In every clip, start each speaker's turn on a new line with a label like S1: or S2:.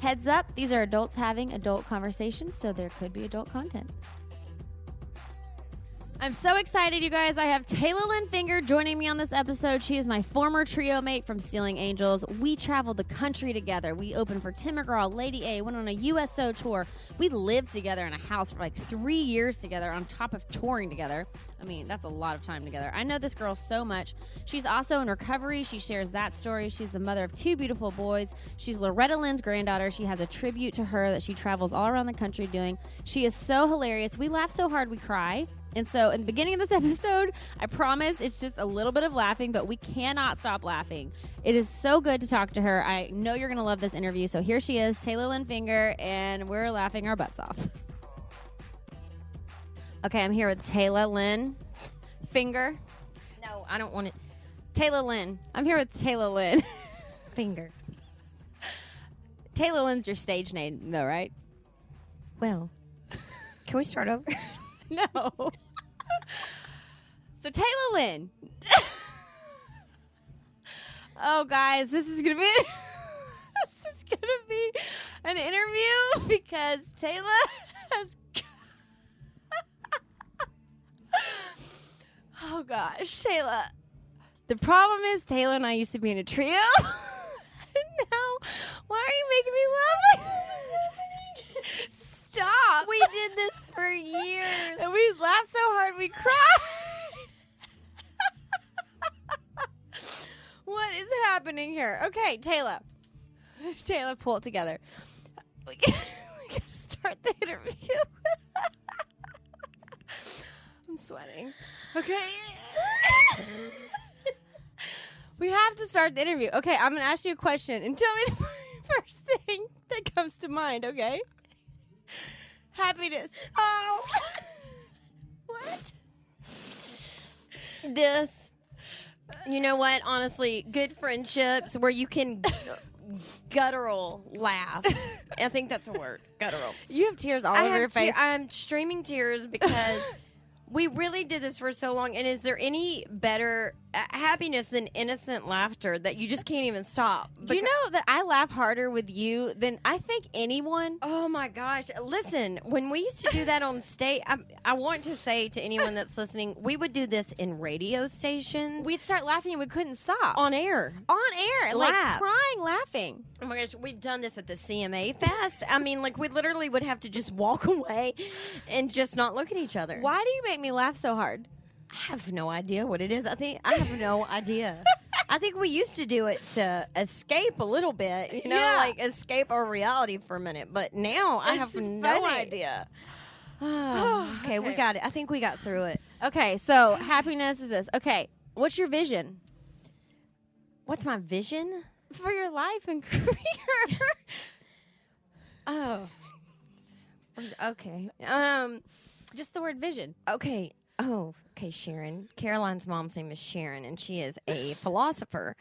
S1: Heads up, these are adults having adult conversations, so there could be adult content. I'm so excited, you guys. I have Taylor Lynn Finger joining me on this episode. She is my former trio mate from Stealing Angels. We traveled the country together. We opened for Tim McGraw, Lady A, went on a USO tour. We lived together in a house for like three years together on top of touring together. I mean, that's a lot of time together. I know this girl so much. She's also in recovery. She shares that story. She's the mother of two beautiful boys. She's Loretta Lynn's granddaughter. She has a tribute to her that she travels all around the country doing. She is so hilarious. We laugh so hard we cry. And so, in the beginning of this episode, I promise it's just a little bit of laughing, but we cannot stop laughing. It is so good to talk to her. I know you're going to love this interview. So, here she is, Taylor Lynn Finger, and we're laughing our butts off. Okay, I'm here with Taylor Lynn Finger. No, I don't want it. Taylor Lynn. I'm here with Taylor Lynn.
S2: Finger.
S1: Taylor Lynn's your stage name, though, right?
S2: Well, can we start over?
S1: No. so Taylor Lynn. oh guys, this is gonna be this is gonna be an interview because Taylor has Oh gosh, Taylor. The problem is Taylor and I used to be in a trio. And now, why are you making me laugh? Stop.
S2: we did this for years.
S1: And we laughed so hard we cried. what is happening here? Okay, Taylor. Taylor, pull it together. We gotta start the interview. I'm sweating. Okay. we have to start the interview. Okay, I'm gonna ask you a question and tell me the first thing that comes to mind, okay? Happiness.
S2: Oh,
S1: What?
S2: this. You know what? Honestly, good friendships where you can guttural laugh. I think that's a word. Guttural.
S1: You have tears all
S2: I
S1: over
S2: have
S1: your
S2: te-
S1: face.
S2: I'm streaming tears because we really did this for so long. And is there any better uh, happiness than innocent laughter that you just can't even stop?
S1: Do you know that I laugh harder with you than I think anyone?
S2: Oh my gosh! Listen, when we used to do that on stage, I, I want to say to anyone that's listening, we would do this in radio stations.
S1: We'd start laughing and we couldn't stop
S2: on air.
S1: on air, like
S2: Laugh.
S1: crying, laughing.
S2: Oh my gosh, we've done this at the CMA Fest. I mean, like we literally would have to just walk away and just not look at each other.
S1: Why do you make me laugh so hard?
S2: I have no idea what it is. I think I have no idea. I think we used to do it to escape a little bit, you know,
S1: Yeah.
S2: like escape our reality for a minute. But now I
S1: It's
S2: have
S1: just
S2: no
S1: funny.
S2: idea. Oh, okay, we
S1: Okay.
S2: got it. I think we got through it.
S1: Okay, so happiness is this. Okay, what's your vision
S2: What's my vision?
S1: for your life and career?
S2: Oh. Okay. Um
S1: Just the word vision.
S2: okay. Oh, okay, Sharon. Caroline's mom's name is Sharon and she is a philosopher.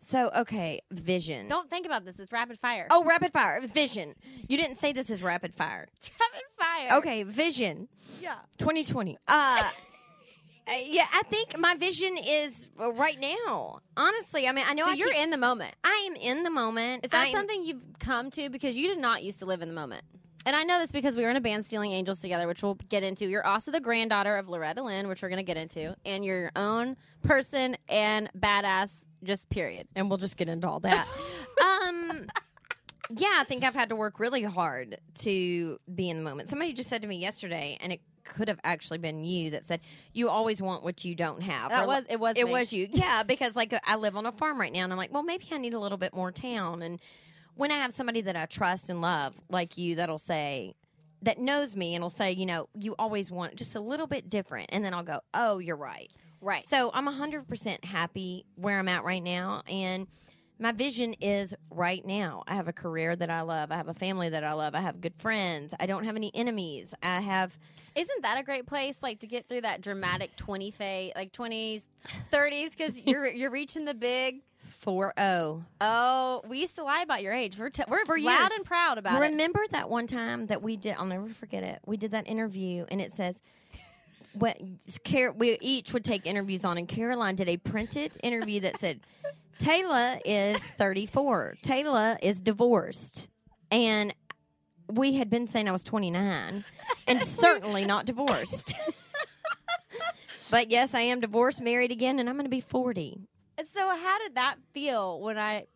S2: So, okay, vision.
S1: Don't think about this. It's rapid fire.
S2: Oh, rapid fire. Vision. You didn't say this is rapid fire.
S1: it's rapid fire.
S2: Okay, vision.
S1: Yeah.
S2: 2020. Uh uh, yeah, I think my vision is uh, right now. Honestly, I mean, I know
S1: So
S2: I
S1: you're
S2: keep-
S1: in the moment.
S2: I am in the moment.
S1: Is that
S2: I am-
S1: something you've come to? Because you did not used to live in the moment. And I know this because we were in a band Stealing Angels together, which we'll get into. You're also the granddaughter of Loretta Lynn, which we're going to get into. And you're your own person and badass, just period.
S2: and we'll just get into all that. um, yeah, I think I've had to work really hard to be in the moment. Somebody just said to me yesterday, and it could have actually been you that said you always want what you don't have.
S1: That
S2: Or,
S1: was- it was
S2: it
S1: me.
S2: was you, yeah. Because like I live on a farm right now, and I'm like, well, maybe I need a little bit more town. And when I have somebody that I trust and love like you, that'll say. That knows me and will say, you know, you always want just a little bit different. And then I'll go, oh, you're right.
S1: Right.
S2: So I'm 100% happy where I'm at right now. And my vision is right now. I have a career that I love. I have a family that I love. I have good friends. I don't have any enemies. I have
S1: Isn't that a great place, like, to get through that dramatic twenty phase, like twenties, thirties, because you're you're reaching the big.
S2: 4 0.
S1: Oh, we used to lie about your age. We're t- we're
S2: For
S1: loud
S2: years.
S1: and proud about it.
S2: Remember that one time that we did? I'll never forget it. We did that interview, and it says, "What Car- we each would take interviews on." And Caroline did a printed interview that said, "Taylor is 34. Taylor is divorced," and we had been saying I was 29, and certainly not divorced. but yes, I am divorced, married again, and I'm going to be 40.
S1: So, how did that feel when I,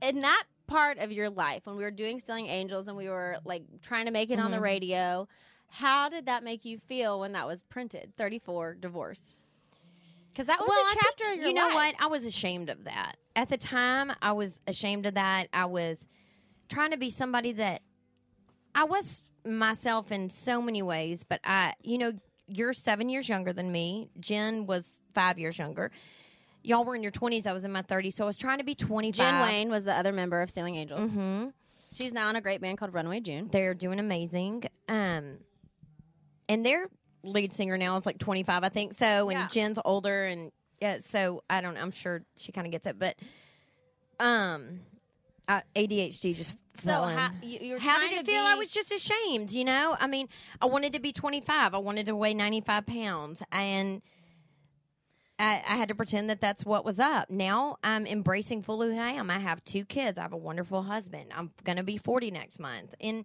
S1: in that part of your life, when we were doing Stealing Angels and we were like trying to make it on the
S2: Mhm.
S1: radio? How did that make you feel when that was printed? 34, divorced. Because that was a
S2: I
S1: chapter
S2: think-
S1: of your
S2: you know
S1: life.
S2: what? I was ashamed of that at the time. I was ashamed of that. I was trying to be somebody that I was myself in so many ways, but I, you know, you're seven years younger than me. Jen was five years younger. Y'all were in your twenties. I was in my thirties, so I was trying to be twenty
S1: Jen
S2: five.
S1: Wayne was the other member of Stealing Angels.
S2: Mm-hmm.
S1: She's now in a great band called Runaway June.
S2: They're doing amazing. Um, and their lead singer now is like 25, I think. So, and
S1: Yeah.
S2: Jen's older, and yeah, so I don't. I'm sure she kind of gets it, but um, I, ADHD just
S1: So,
S2: fell in.
S1: how, you, you were
S2: How
S1: trying
S2: did it
S1: to
S2: feel? I
S1: be-
S2: was just ashamed, you know? I mean, I wanted to be 25. I wanted to weigh 95 pounds. And I, I had to pretend that that's what was up. Now I'm embracing fully who I am. I have two kids. I have a wonderful husband. I'm going to be 40 next month. And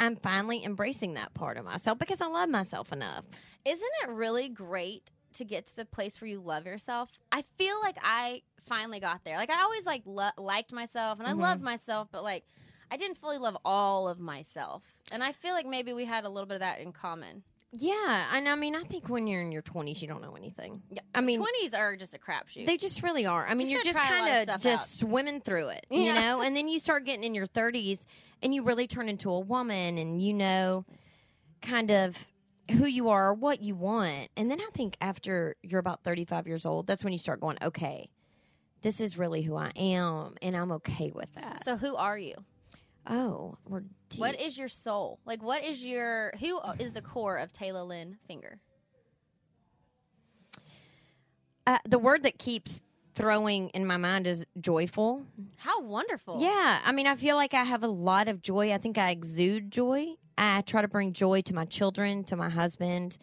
S2: I'm finally embracing that part of myself because I love myself enough.
S1: Isn't it really great to get to the place where you love yourself? I feel like I finally got there. Like I always like lo- liked myself and I
S2: Mhm.
S1: loved myself, but like I didn't fully love all of myself. And I feel like maybe we had a little bit of that in common.
S2: Yeah. And I mean, I think when you're in your 20s, you don't know anything.
S1: Yeah.
S2: I mean,
S1: Twenties are just a crapshoot.
S2: They just really are. I mean,
S1: You're
S2: you're
S1: just
S2: just
S1: gonna try a lot of
S2: kind
S1: stuff
S2: of just swimming through it, you
S1: Yeah.
S2: know? And then you start getting in your 30s and you really turn into a woman and you know kind of who you are, what you want. And then I think after you're about 35 years old, that's when you start going, okay, this is really who I am and I'm okay with that.
S1: so who are you?
S2: Oh, we're deep.
S1: What is your soul? Like what is your who is the core of Taylor Lynn Finger?
S2: uh, the word that keeps throwing in my mind is joyful.
S1: How wonderful.
S2: Yeah, I mean, I feel like I have a lot of joy. I think I exude joy. I try to bring joy to my children, to my husband.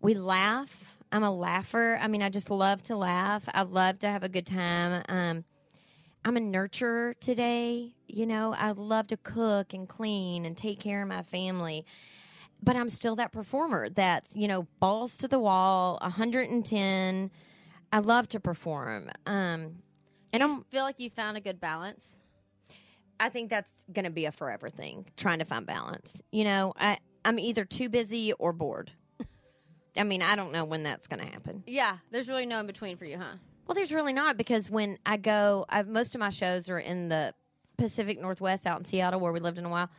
S2: We laugh. I'm a laugher. I mean, I just love to laugh. I love to have a good time. Um, I'm a nurturer today. You know, I love to cook and clean and take care of my family. But I'm still that performer that's, you know, balls to the wall, 110. I love to perform. Um, and I'm,
S1: Feel like you found a good balance.
S2: I think that's going to be a forever thing. Trying to find balance. You know, I I'm either too busy or bored. I mean, I don't know when that's going to happen.
S1: Yeah, there's really no in between for you, huh?
S2: Well, there's really not because when I go, I, most of my shows are in the Pacific Northwest, out in Seattle, where we lived in a while.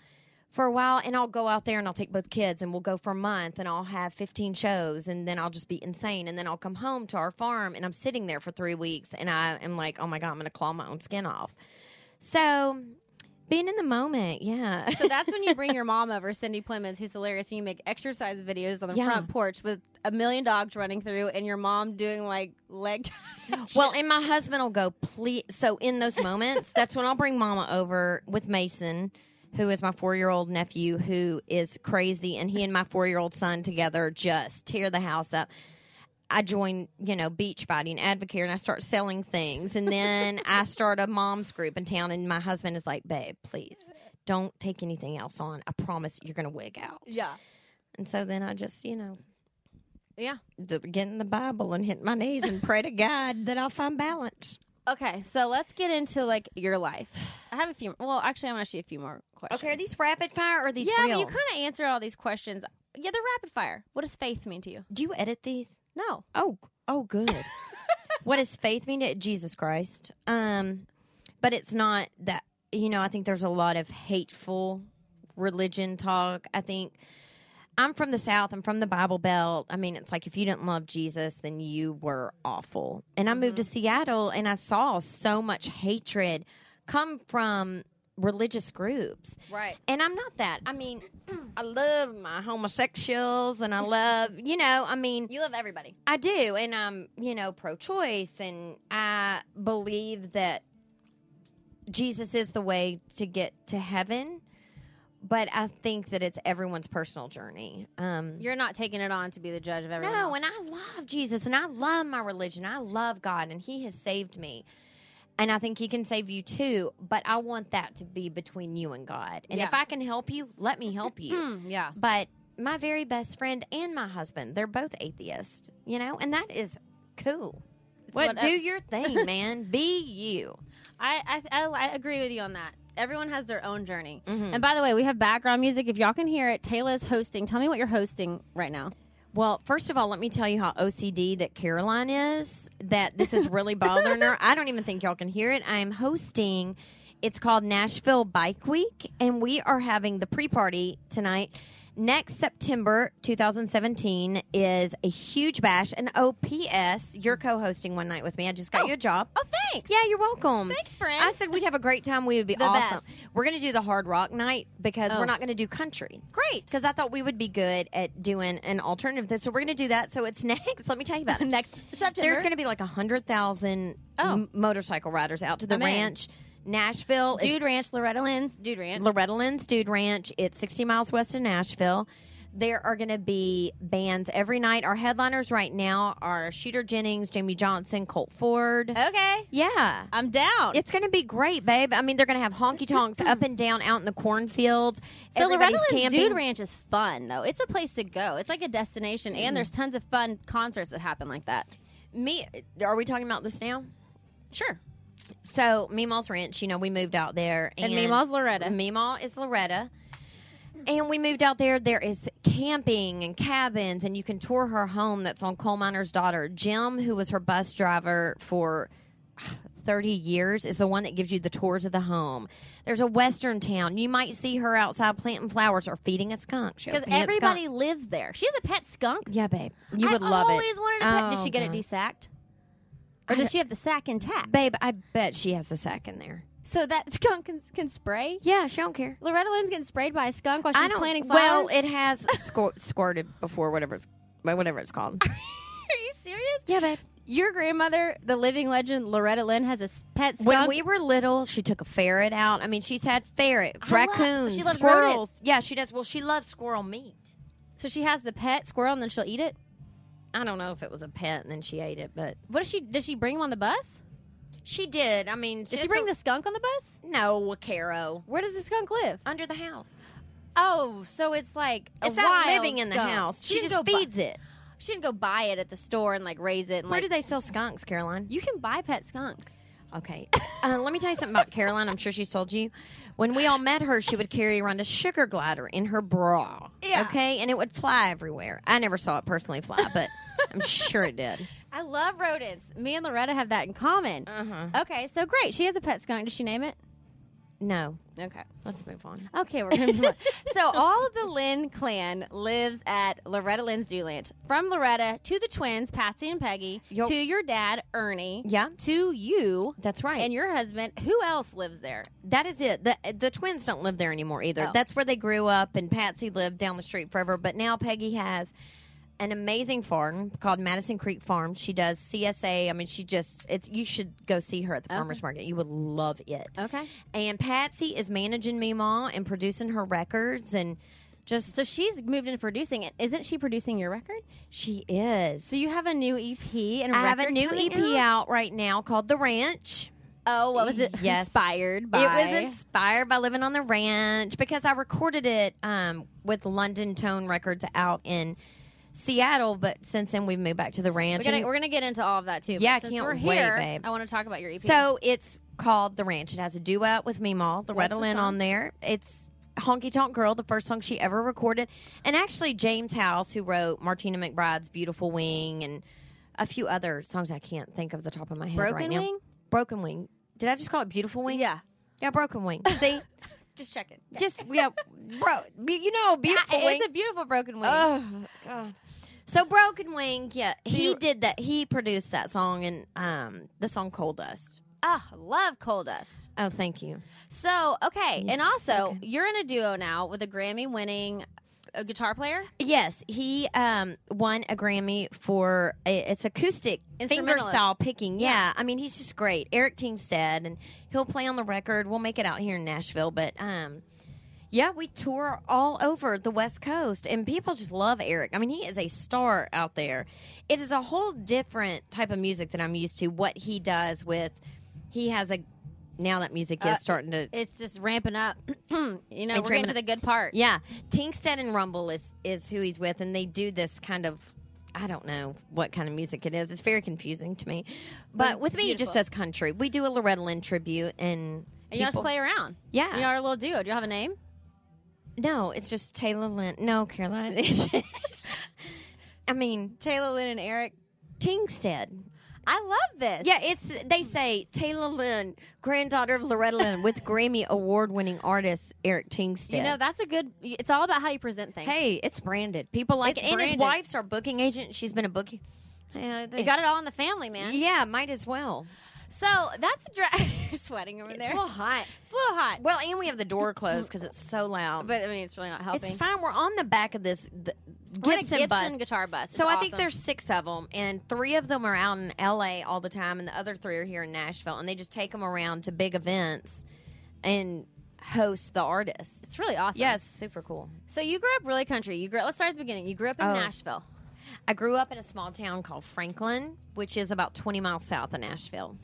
S2: For a while, and I'll go out there and I'll take both kids, and we'll go for a month, and I'll have 15 shows, and then I'll just be insane, and then I'll come home to our farm, and I'm sitting there for three weeks, and I am like, oh my god, I'm gonna claw my own skin off. So, being in the moment, yeah.
S1: So that's when you bring your mom over, Cindy Plemons, who's hilarious, and you make exercise videos on the
S2: Yeah.
S1: front porch with a million dogs running through, and your mom doing like leg.
S2: Well, and my husband will go, please. So in those moments, that's when I'll bring Mama over with Mason, who is my four year old nephew, who is crazy, and he and my four year old son together just tear the house up. I join, you know, Beachbody and Advocare, and I start selling things, and then I start a mom's group in town, and my husband is like, babe, please. Don't take anything else on. I promise you're going to wig out.
S1: yeah,
S2: And so then I just, you know,
S1: yeah.
S2: d- get in the Bible and hit my knees and pray to God that I'll find balance.
S1: Okay, so let's get into like your life. I have a few. Well, actually, I'm gonna ask you a few more questions.
S2: Okay, are these rapid fire or are these
S1: yeah,
S2: real?
S1: but you kind of answered all these questions. Yeah, they're rapid fire. What does faith mean to you?
S2: Do you edit these?
S1: No.
S2: Oh, oh, good. what does faith mean to Jesus Christ? Um, but it's not that you know. I think there's a lot of hateful religion talk. I think I'm from the South. I'm from the Bible Belt. I mean, it's like if you didn't love Jesus, then you were awful. And I moved to
S1: Mm-hmm.
S2: Seattle and I saw so much hatred come from religious groups.
S1: Right.
S2: And I'm not that. I mean, I love my homosexuals and I love, you know, I mean,
S1: You love everybody.
S2: I do, and I'm, you know, pro choice, and I believe that Jesus is the way to get to heaven. But I think that it's everyone's personal journey. Um,
S1: You're not taking it on to be the judge of everyone.
S2: no,
S1: else.
S2: and I love Jesus, and I love my religion. I love God, and He has saved me. And I think He can save you too. But I want that to be between you and God. And if
S1: Yeah.
S2: I can help you, let me help you.
S1: Mm, yeah.
S2: But my very best friend and my husband, they're both atheists, you know, and that is cool. What,
S1: what-
S2: do your thing, man. Be you.
S1: I, I, I, I agree with you on that. Everyone has their own journey.
S2: Mhm.
S1: And by the way, we have background music. If y'all can hear it, Taylor is hosting. Tell me what you're hosting right now.
S2: Well, first of all, let me tell you how OCD that Caroline is. That this is really bothering her. I don't even think y'all can hear it. I am hosting. It's called Nashville Bike Week, and we are having the pre-party tonight. Next September 2017 is a huge bash. And OPS, you're co-hosting one night with me. I just got
S1: Oh.
S2: you a job.
S1: Oh, thanks.
S2: Yeah, you're welcome.
S1: Thanks, friend.
S2: I said we'd have a great time. We would be
S1: The
S2: awesome.
S1: best.
S2: We're going to do the hard rock night because
S1: Oh.
S2: we're not going to do country.
S1: Great.
S2: Because I thought we would be good at doing an alternative. This, So we're going to do that. So it's next. Let me tell you about it.
S1: Next September.
S2: There's going to be like 100,000
S1: Oh.
S2: m- motorcycle riders out to the
S1: I'm in.
S2: ranch. Nashville is
S1: Dude Ranch, Loretta Lynn's Dude Ranch.
S2: Loretta Lynn's Dude Ranch. It's 60 miles west of Nashville. There are going to be bands every night. Our headliners right now are Shooter Jennings, Jamie Johnson, Colt Ford.
S1: okay.
S2: Yeah.
S1: I'm down.
S2: It's going to be great, babe. I mean, they're going to have honky tonks up and down out in the cornfields.
S1: so Loretta
S2: Everybody's
S1: Lynn's
S2: camping.
S1: Dude Ranch is fun, though. It's a place to go. It's like a destination, and there's tons of fun concerts that happen like that.
S2: Me, are we talking about this now?
S1: Sure.
S2: So Meemaw's Ranch, you know, we moved out there,
S1: And, Meemaw's Loretta.
S2: Meemaw is Loretta. And we moved out there. There is camping and cabins, and you can tour her home that's on Coal Miner's Daughter. Jim, who was her bus driver for 30 years, is the one that gives you the tours of the home. There's a western town. You might see her outside planting flowers or feeding a skunk. She has
S1: Because
S2: a pet skunk.
S1: everybody lives there. She has a pet skunk.
S2: Yeah, babe. You
S1: I
S2: would love it.
S1: always wanted a pet. Did
S2: Oh,
S1: she get
S2: God.
S1: it desacked? Or does she have the sack intact?
S2: Babe, I bet she has a sack in there.
S1: so that skunk can, can spray?
S2: Yeah, she don't care.
S1: Loretta Lynn's getting sprayed by a skunk while
S2: I
S1: she's
S2: don't.
S1: planting flowers?
S2: well, it has squir- squirted before, whatever it's but whatever it's called.
S1: Are you serious?
S2: yeah, babe.
S1: Your grandmother, the living legend Loretta Lynn, has a s- pet skunk.
S2: When we were little, she took a ferret out. I mean, she's had ferrets,
S1: I love-
S2: raccoons,
S1: she loves
S2: squirrels.
S1: rodents.
S2: Yeah, she does. Well, she loves squirrel meat.
S1: so she has the pet squirrel and then she'll eat it?
S2: I don't know if it was a pet and then she ate it, but
S1: What does she, does she bring him on the bus?
S2: she did. I mean,
S1: Did she bring the skunk on the bus?
S2: no caro
S1: Where does the skunk live?
S2: under the house?
S1: Oh, so it's like a
S2: It's not
S1: wild
S2: living in the
S1: skunk.
S2: house. She,
S1: didn't
S2: just
S1: go bu-
S2: feeds it.
S1: she didn't go buy it at the store and like raise it. And,
S2: Where
S1: like,
S2: do they sell skunks, Caroline?
S1: You can buy pet skunks.
S2: Okay. Uh, let me tell you something about Caroline. I'm sure she's told you. When we all met her, she would carry around a sugar glider in her bra.
S1: Yeah.
S2: Okay. And it would fly everywhere. I never saw it personally fly, but I'm sure it did.
S1: I love rodents. Me and Loretta have that in common.
S2: Uh huh.
S1: Okay, so great. She has a pet skunk. Does she name it?
S2: No.
S1: Okay.
S2: Let's move on.
S1: Okay, we're gonna move on. So all of the Lynn clan lives at Loretta Lynn's Dew Ranch. From Loretta to the twins, Patsy and Peggy,
S2: Yo-
S1: to your dad, Ernie,
S2: Yeah.
S1: to you
S2: That's right.
S1: and
S2: And
S1: your husband. Who else lives there?
S2: that is it. The the twins don't live there anymore either.
S1: Oh.
S2: That's where they grew up and Patsy lived down the street forever, but now Peggy has an amazing farm called Madison Creek Farm. She does CSA. I mean, she just it's you should go see her at the farmers market. You would love it.
S1: Okay.
S2: And Patsy is managing Meemaw and producing her records, and just
S1: So she's moved into producing it. Isn't she producing your record?
S2: she is.
S1: So you have a new EP and a
S2: I have a
S1: record
S2: new
S1: coming
S2: EP out? right now called The Ranch.
S1: Oh, what was it?
S2: Yes.
S1: Inspired by.
S2: It was inspired by living on the ranch because I recorded it um, with London Tone Records out in Seattle, but since then we've moved back to the ranch.
S1: We're gonna,
S2: And-
S1: we're gonna get into all of that too. but
S2: Yeah, I
S1: since
S2: can't
S1: we're
S2: wait,
S1: here,
S2: babe.
S1: I want to talk about your E EP.
S2: so it's called The Ranch. It has a duet with Meemaw, Loretta
S1: the
S2: Lynn
S1: song?
S2: on there. It's Honky Tonk Girl, the first song she ever recorded. And actually, James House, who wrote Martina McBride's Beautiful Wing and a few other songs I can't think of the top of my head
S1: Broken
S2: right now.
S1: Wing?
S2: Broken Wing. Did I just call it Beautiful Wing?
S1: yeah,
S2: Yeah, Broken Wing. See? Just checking.
S3: Just yeah, bro. be- You know, beautiful.
S1: It's
S3: wing.
S1: a beautiful broken wing.
S3: oh God.
S2: So Broken Wing, yeah, he
S3: you-
S2: did that. He produced that song and um the song Coal Dust.
S1: Ah, love coal dust.
S2: Oh, thank you.
S1: So okay,
S2: Yes,
S1: and also
S2: okay.
S1: you're in a duo now with a Grammy-winning uh, guitar player.
S2: Yes, he um won a Grammy for a, it's acoustic
S1: Instrumentalist.
S2: fingerstyle picking. Yeah. I mean he's just great. Eric Teamstead, and he'll play on the record. We'll make it out here in Nashville, but um. Yeah, we tour all over the West Coast, and people just love Eric. I mean, he is a star out there. It is a whole different type of music that I'm used to. What he does with, he has a now that music is
S1: Uh,
S2: starting to
S1: It's just ramping up. you know,
S2: It's
S1: we're getting
S2: ramping
S1: to the good part.
S2: yeah, Tinkstead and Rumble is is who he's with, and they do this kind of. I don't know what kind of music it is. It's very confusing to me. But
S1: it's
S2: with me, he
S1: beautiful.
S2: just does country. We do a Loretta Lynn tribute, and,
S1: and you all just
S2: people-
S1: play around.
S2: Yeah,
S1: You know, our little duo. Do you have a name?
S2: no, it's just Taylor Lynn. No, Caroline. I mean Taylor Lynn and Eric Tinkstead.
S1: I love this.
S2: Yeah, it's they say Taylor Lynn, granddaughter of Loretta Lynn, with Grammy award-winning artist Eric Tinkstead.
S1: You know, that's a good. It's all about how you present things.
S2: Hey, it's branded. People like
S1: It's
S2: it. And his
S1: branded.
S2: wife's our booking agent. She's been a booking. Yeah,
S1: you got it all in the family, man.
S2: yeah, might as well.
S1: So that's a dra- you're sweating over
S2: It's a
S1: there.
S2: little hot.
S1: it's a little hot,
S2: Well, and we have the door closed because it's so loud.
S1: but I mean, it's really not helping.
S2: it's fine. We're on the back of this th-
S1: We're in a
S2: Gibson,
S1: Gibson
S2: bus.
S1: guitar bus. It's
S2: so I think
S1: awesome.
S2: there's six of them, and three of them are out in L.A. all the time, and the other three are here in Nashville, and they just take them around to big events and host the artist.
S1: It's really awesome.
S2: Yes, super cool.
S1: So you grew up really country. You grew. Let's start at the beginning. You grew up in
S2: Oh.
S1: Nashville.
S2: I grew up in a small town called Franklin, which is about 20 miles south of Nashville.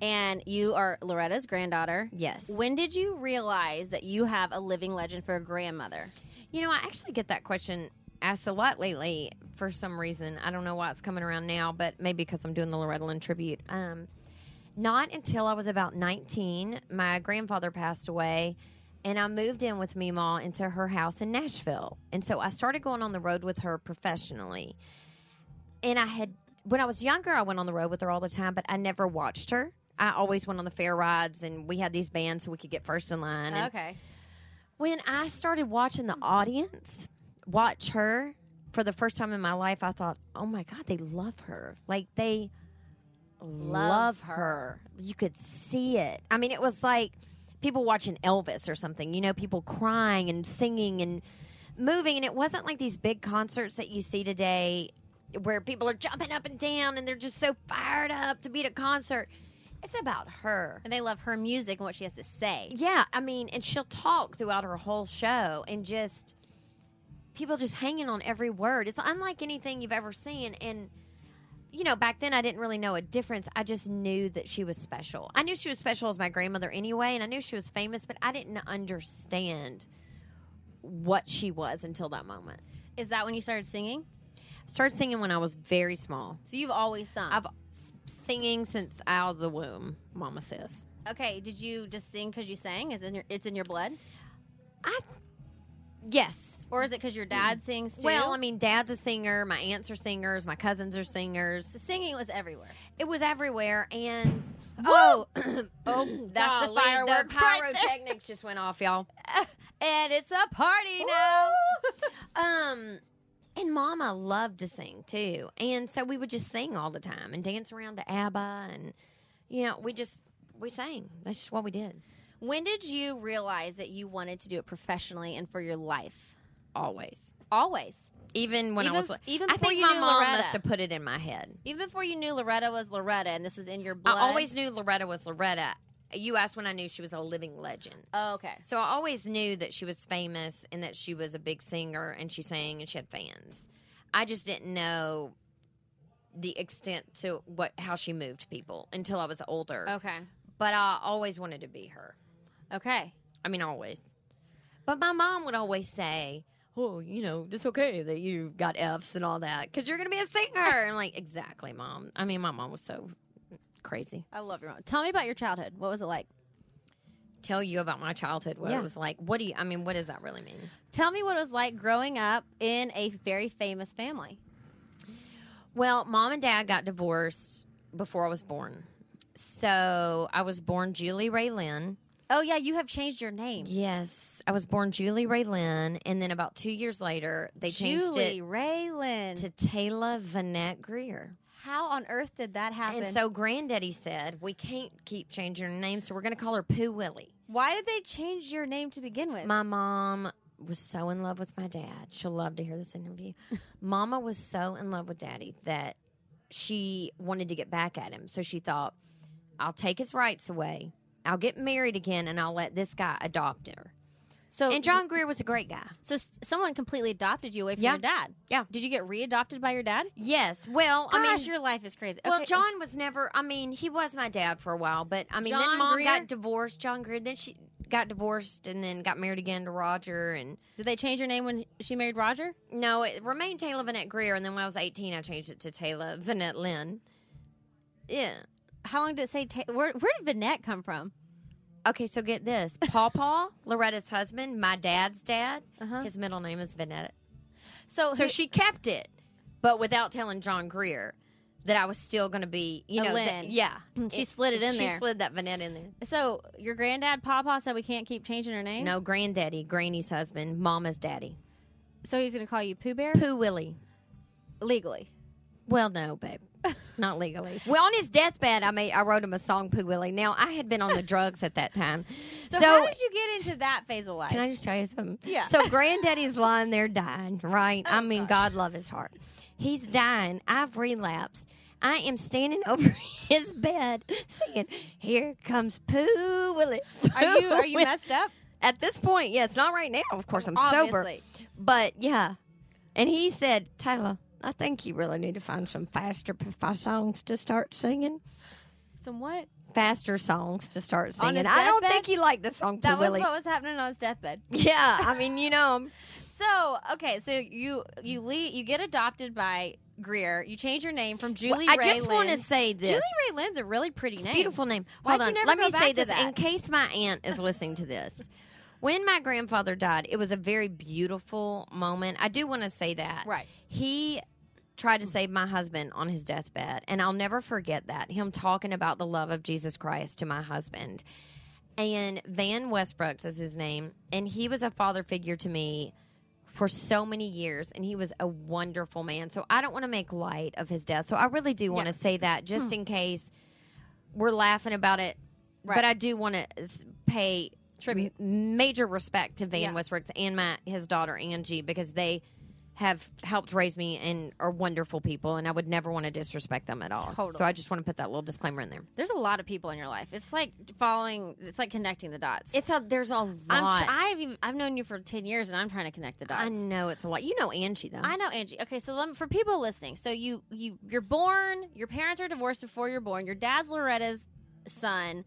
S1: and you are Loretta's granddaughter.
S2: Yes.
S1: When did you realize that you have a living legend for a grandmother?
S2: You know, I actually get that question asked a lot lately for some reason. I don't know why it's coming around now, but maybe because I'm doing the Loretta Lynn tribute. Um, not until I was about 19, my grandfather passed away, and I moved in with Meemaw into her house in Nashville. And so I started going on the road with her professionally. And I had, when I was younger, I went on the road with her all the time, but I never watched her. I always went on the fair rides, and we had these bands so we could get first in line. and-
S1: Okay.
S2: when I started watching the audience watch her for the first time in my life, I thought, oh my God, they love her. Like they love, her. You could see it. I mean, it was like people watching Elvis or something, you know, people crying and singing and moving. And it wasn't like these big concerts that you see today where people are jumping up and down and they're just so fired up to be at a concert. It's about her.
S1: And they love her music and what she has to say.
S2: Yeah, I mean, and she'll talk throughout her whole show and just people just hanging on every word. It's unlike anything you've ever seen and you know, back then I didn't really know a difference. I just knew that she was special. I knew she was special as my grandmother anyway, and I knew she was famous, but I didn't understand what she was until that moment.
S1: Is that when you started singing?
S2: Started singing when I was very small.
S1: So you've always sung.
S2: I've s- singing since out of the womb, mama says.
S1: okay. Did you just sing because you sang? Is it in your, it's in your blood,
S2: I yes,
S1: or is it because your dad sings too?
S2: Mm. Well, I mean, dad's a singer. My aunts are singers. My cousins are singers.
S1: singing was everywhere.
S2: It was everywhere. And
S1: Woo!
S2: oh, oh,
S1: That's the
S2: golly,
S1: firework
S2: The
S1: right there.
S2: pyrotechnics just went off, y'all.
S1: And it's a party now.
S2: Um, and Mama loved to sing too, and so we would just sing all the time and dance around to ABBA, and you know, we just we sang. That's just what we did
S1: when did you realize that you wanted to do it professionally and for your life?
S2: always.
S1: Always.
S2: Even when
S1: Even
S2: I was,
S1: f- even
S2: I
S1: before
S2: think
S1: you
S2: my
S1: knew
S2: mom
S1: Loretta.
S2: must have put it in my head.
S1: Even before you knew Loretta was Loretta and this was in your blood.
S2: I always knew Loretta was Loretta. You asked when I knew she was a living legend.
S1: Oh, okay.
S2: So I always knew that she was famous and that she was a big singer and she sang and she had fans. I just didn't know the extent to what how she moved people until I was older.
S1: Okay.
S2: But I always wanted to be her.
S1: Okay.
S2: I mean, always. But my mom would always say, "Oh, you know, it's okay that you got Fs and all that because you're going to be a singer." and I'm like, exactly, mom. I mean, my mom was so crazy.
S1: I love your mom. Tell me about your childhood. What was it like?
S2: tell you about my childhood what
S1: Yeah.
S2: it was like what do you i mean what does that really mean
S1: Tell me what it was like growing up in a very famous family.
S2: well mom and dad got divorced before i was born so i was born julie ray lynn
S1: Oh yeah, you have changed your name.
S2: Yes, I was born Julie Ray Lynn, and then about two years later, they changed
S1: Julie
S2: it
S1: Raylan.
S2: to Taylor Vanette Greer.
S1: How on earth did that happen?
S2: And so Granddaddy said, "We can't keep changing her name, so we're going to call her Pooh Willie."
S1: why did they change your name to begin with?
S2: My mom was so in love with my dad. She'll love to hear this interview. Mama was so in love with daddy that she wanted to get back at him. So she thought, I'll take his rights away. I'll get married again and I'll let this guy adopt her.
S1: so
S2: And John Greer was a great guy.
S1: so s- someone completely adopted you away from
S2: Yeah.
S1: your dad.
S2: Yeah.
S1: Did you get readopted by your dad?
S2: Yes. Well,
S1: Gosh,
S2: I mean,
S1: your life is crazy.
S2: well,
S1: Okay,
S2: John was never, I mean, he was my dad for a while, but I mean,
S1: John
S2: then mom
S1: Greer?
S2: got divorced, John Greer, then she got divorced and then got married again to Roger and
S1: Did they change your name when she married Roger?
S2: No, it remained Taylor Vanette Greer, and then when I was eighteen, I changed it to Taylor Vanette Lynn. Yeah.
S1: How long did it say? Ta- where where did Vinette come from?
S2: Okay, so get this: Paw Paw, Loretta's husband, my dad's dad,
S1: Uh-huh.
S2: his middle name is Vanette.
S1: So
S2: So
S1: who-
S2: she kept it, but without telling John Greer that I was still going to be, you
S1: A
S2: know, that-
S1: Lynn.
S2: yeah.
S1: She slid it in
S2: she
S1: there.
S2: slid that Vanette in there.
S1: so your granddad Papa said we can't keep changing her name.
S2: No, granddaddy, granny's husband, mama's daddy,
S1: So he's gonna call you Pooh Bear
S2: Pooh Willie.
S1: legally.
S2: Well, no, babe. Not legally. Well, on his deathbed, I made I wrote him a song, Pooh Willie. Now I had been on the drugs at that time,
S1: So,
S2: so,
S1: how did you get into that phase of life?
S2: can I just tell you something?
S1: Yeah. Oh,
S2: So granddaddy's lying there dying, right? I mean, God love his heart. He's dying. I've relapsed. I am standing over his bed, saying, "Here comes Pooh Willie."
S1: are you are you
S2: Pooh
S1: messed up?
S2: at this point, yes, not right now. Of course, I'm sober.
S1: Obviously.
S2: But yeah. And he said, Taylor, I think you really need to find some faster p- f- songs to start singing.
S1: Some what?
S2: Faster songs to start
S1: On his
S2: singing. I don't
S1: deathbed?
S2: think he liked the song
S1: That
S2: Pooh
S1: was
S2: Willie.
S1: what was happening on his deathbed.
S2: yeah, I mean, you know, I'm-
S1: So okay, so you you le- you get adopted by Greer. You change your name from Julie.
S2: I
S1: Ray
S2: just want to
S1: Lynn.
S2: say this.
S1: Julie Ray Lynn's a really pretty
S2: It's a
S1: name.
S2: beautiful name.
S1: Why'd
S2: Hold
S1: you never
S2: on. Let
S1: go
S2: me
S1: back
S2: say
S1: to
S2: this in
S1: that?
S2: case my aunt is listening to this. When my grandfather died, it was a very beautiful moment. I do want to say that.
S1: Right.
S2: He tried to save my husband on his deathbed, and I'll never forget that. Him talking about the love of Jesus Christ to my husband. And Van Westbrooks is his name, and he was a father figure to me for so many years, and he was a wonderful man. So I don't want to make light of his death. So I really do want to say that just in case we're laughing about it,
S1: Right.
S2: but I do want to pay
S1: Tribute.
S2: m- major respect to Van
S1: Yeah.
S2: Westbrooks and my his daughter Angie because they have helped raise me and are wonderful people, and I would never want to disrespect them at all.
S1: Totally.
S2: So I just want to put that little disclaimer in there.
S1: There's a lot of people in your life. It's like following. It's like connecting the dots.
S2: It's a there's a lot.
S1: I'm tr- I've even, I've known you for ten years, and I'm trying to connect the dots.
S2: I know it's a lot. You know Angie though.
S1: I know Angie. Okay, so lem- for people listening, so you you you're born, your parents are divorced before you're born. Your dad's Loretta's son.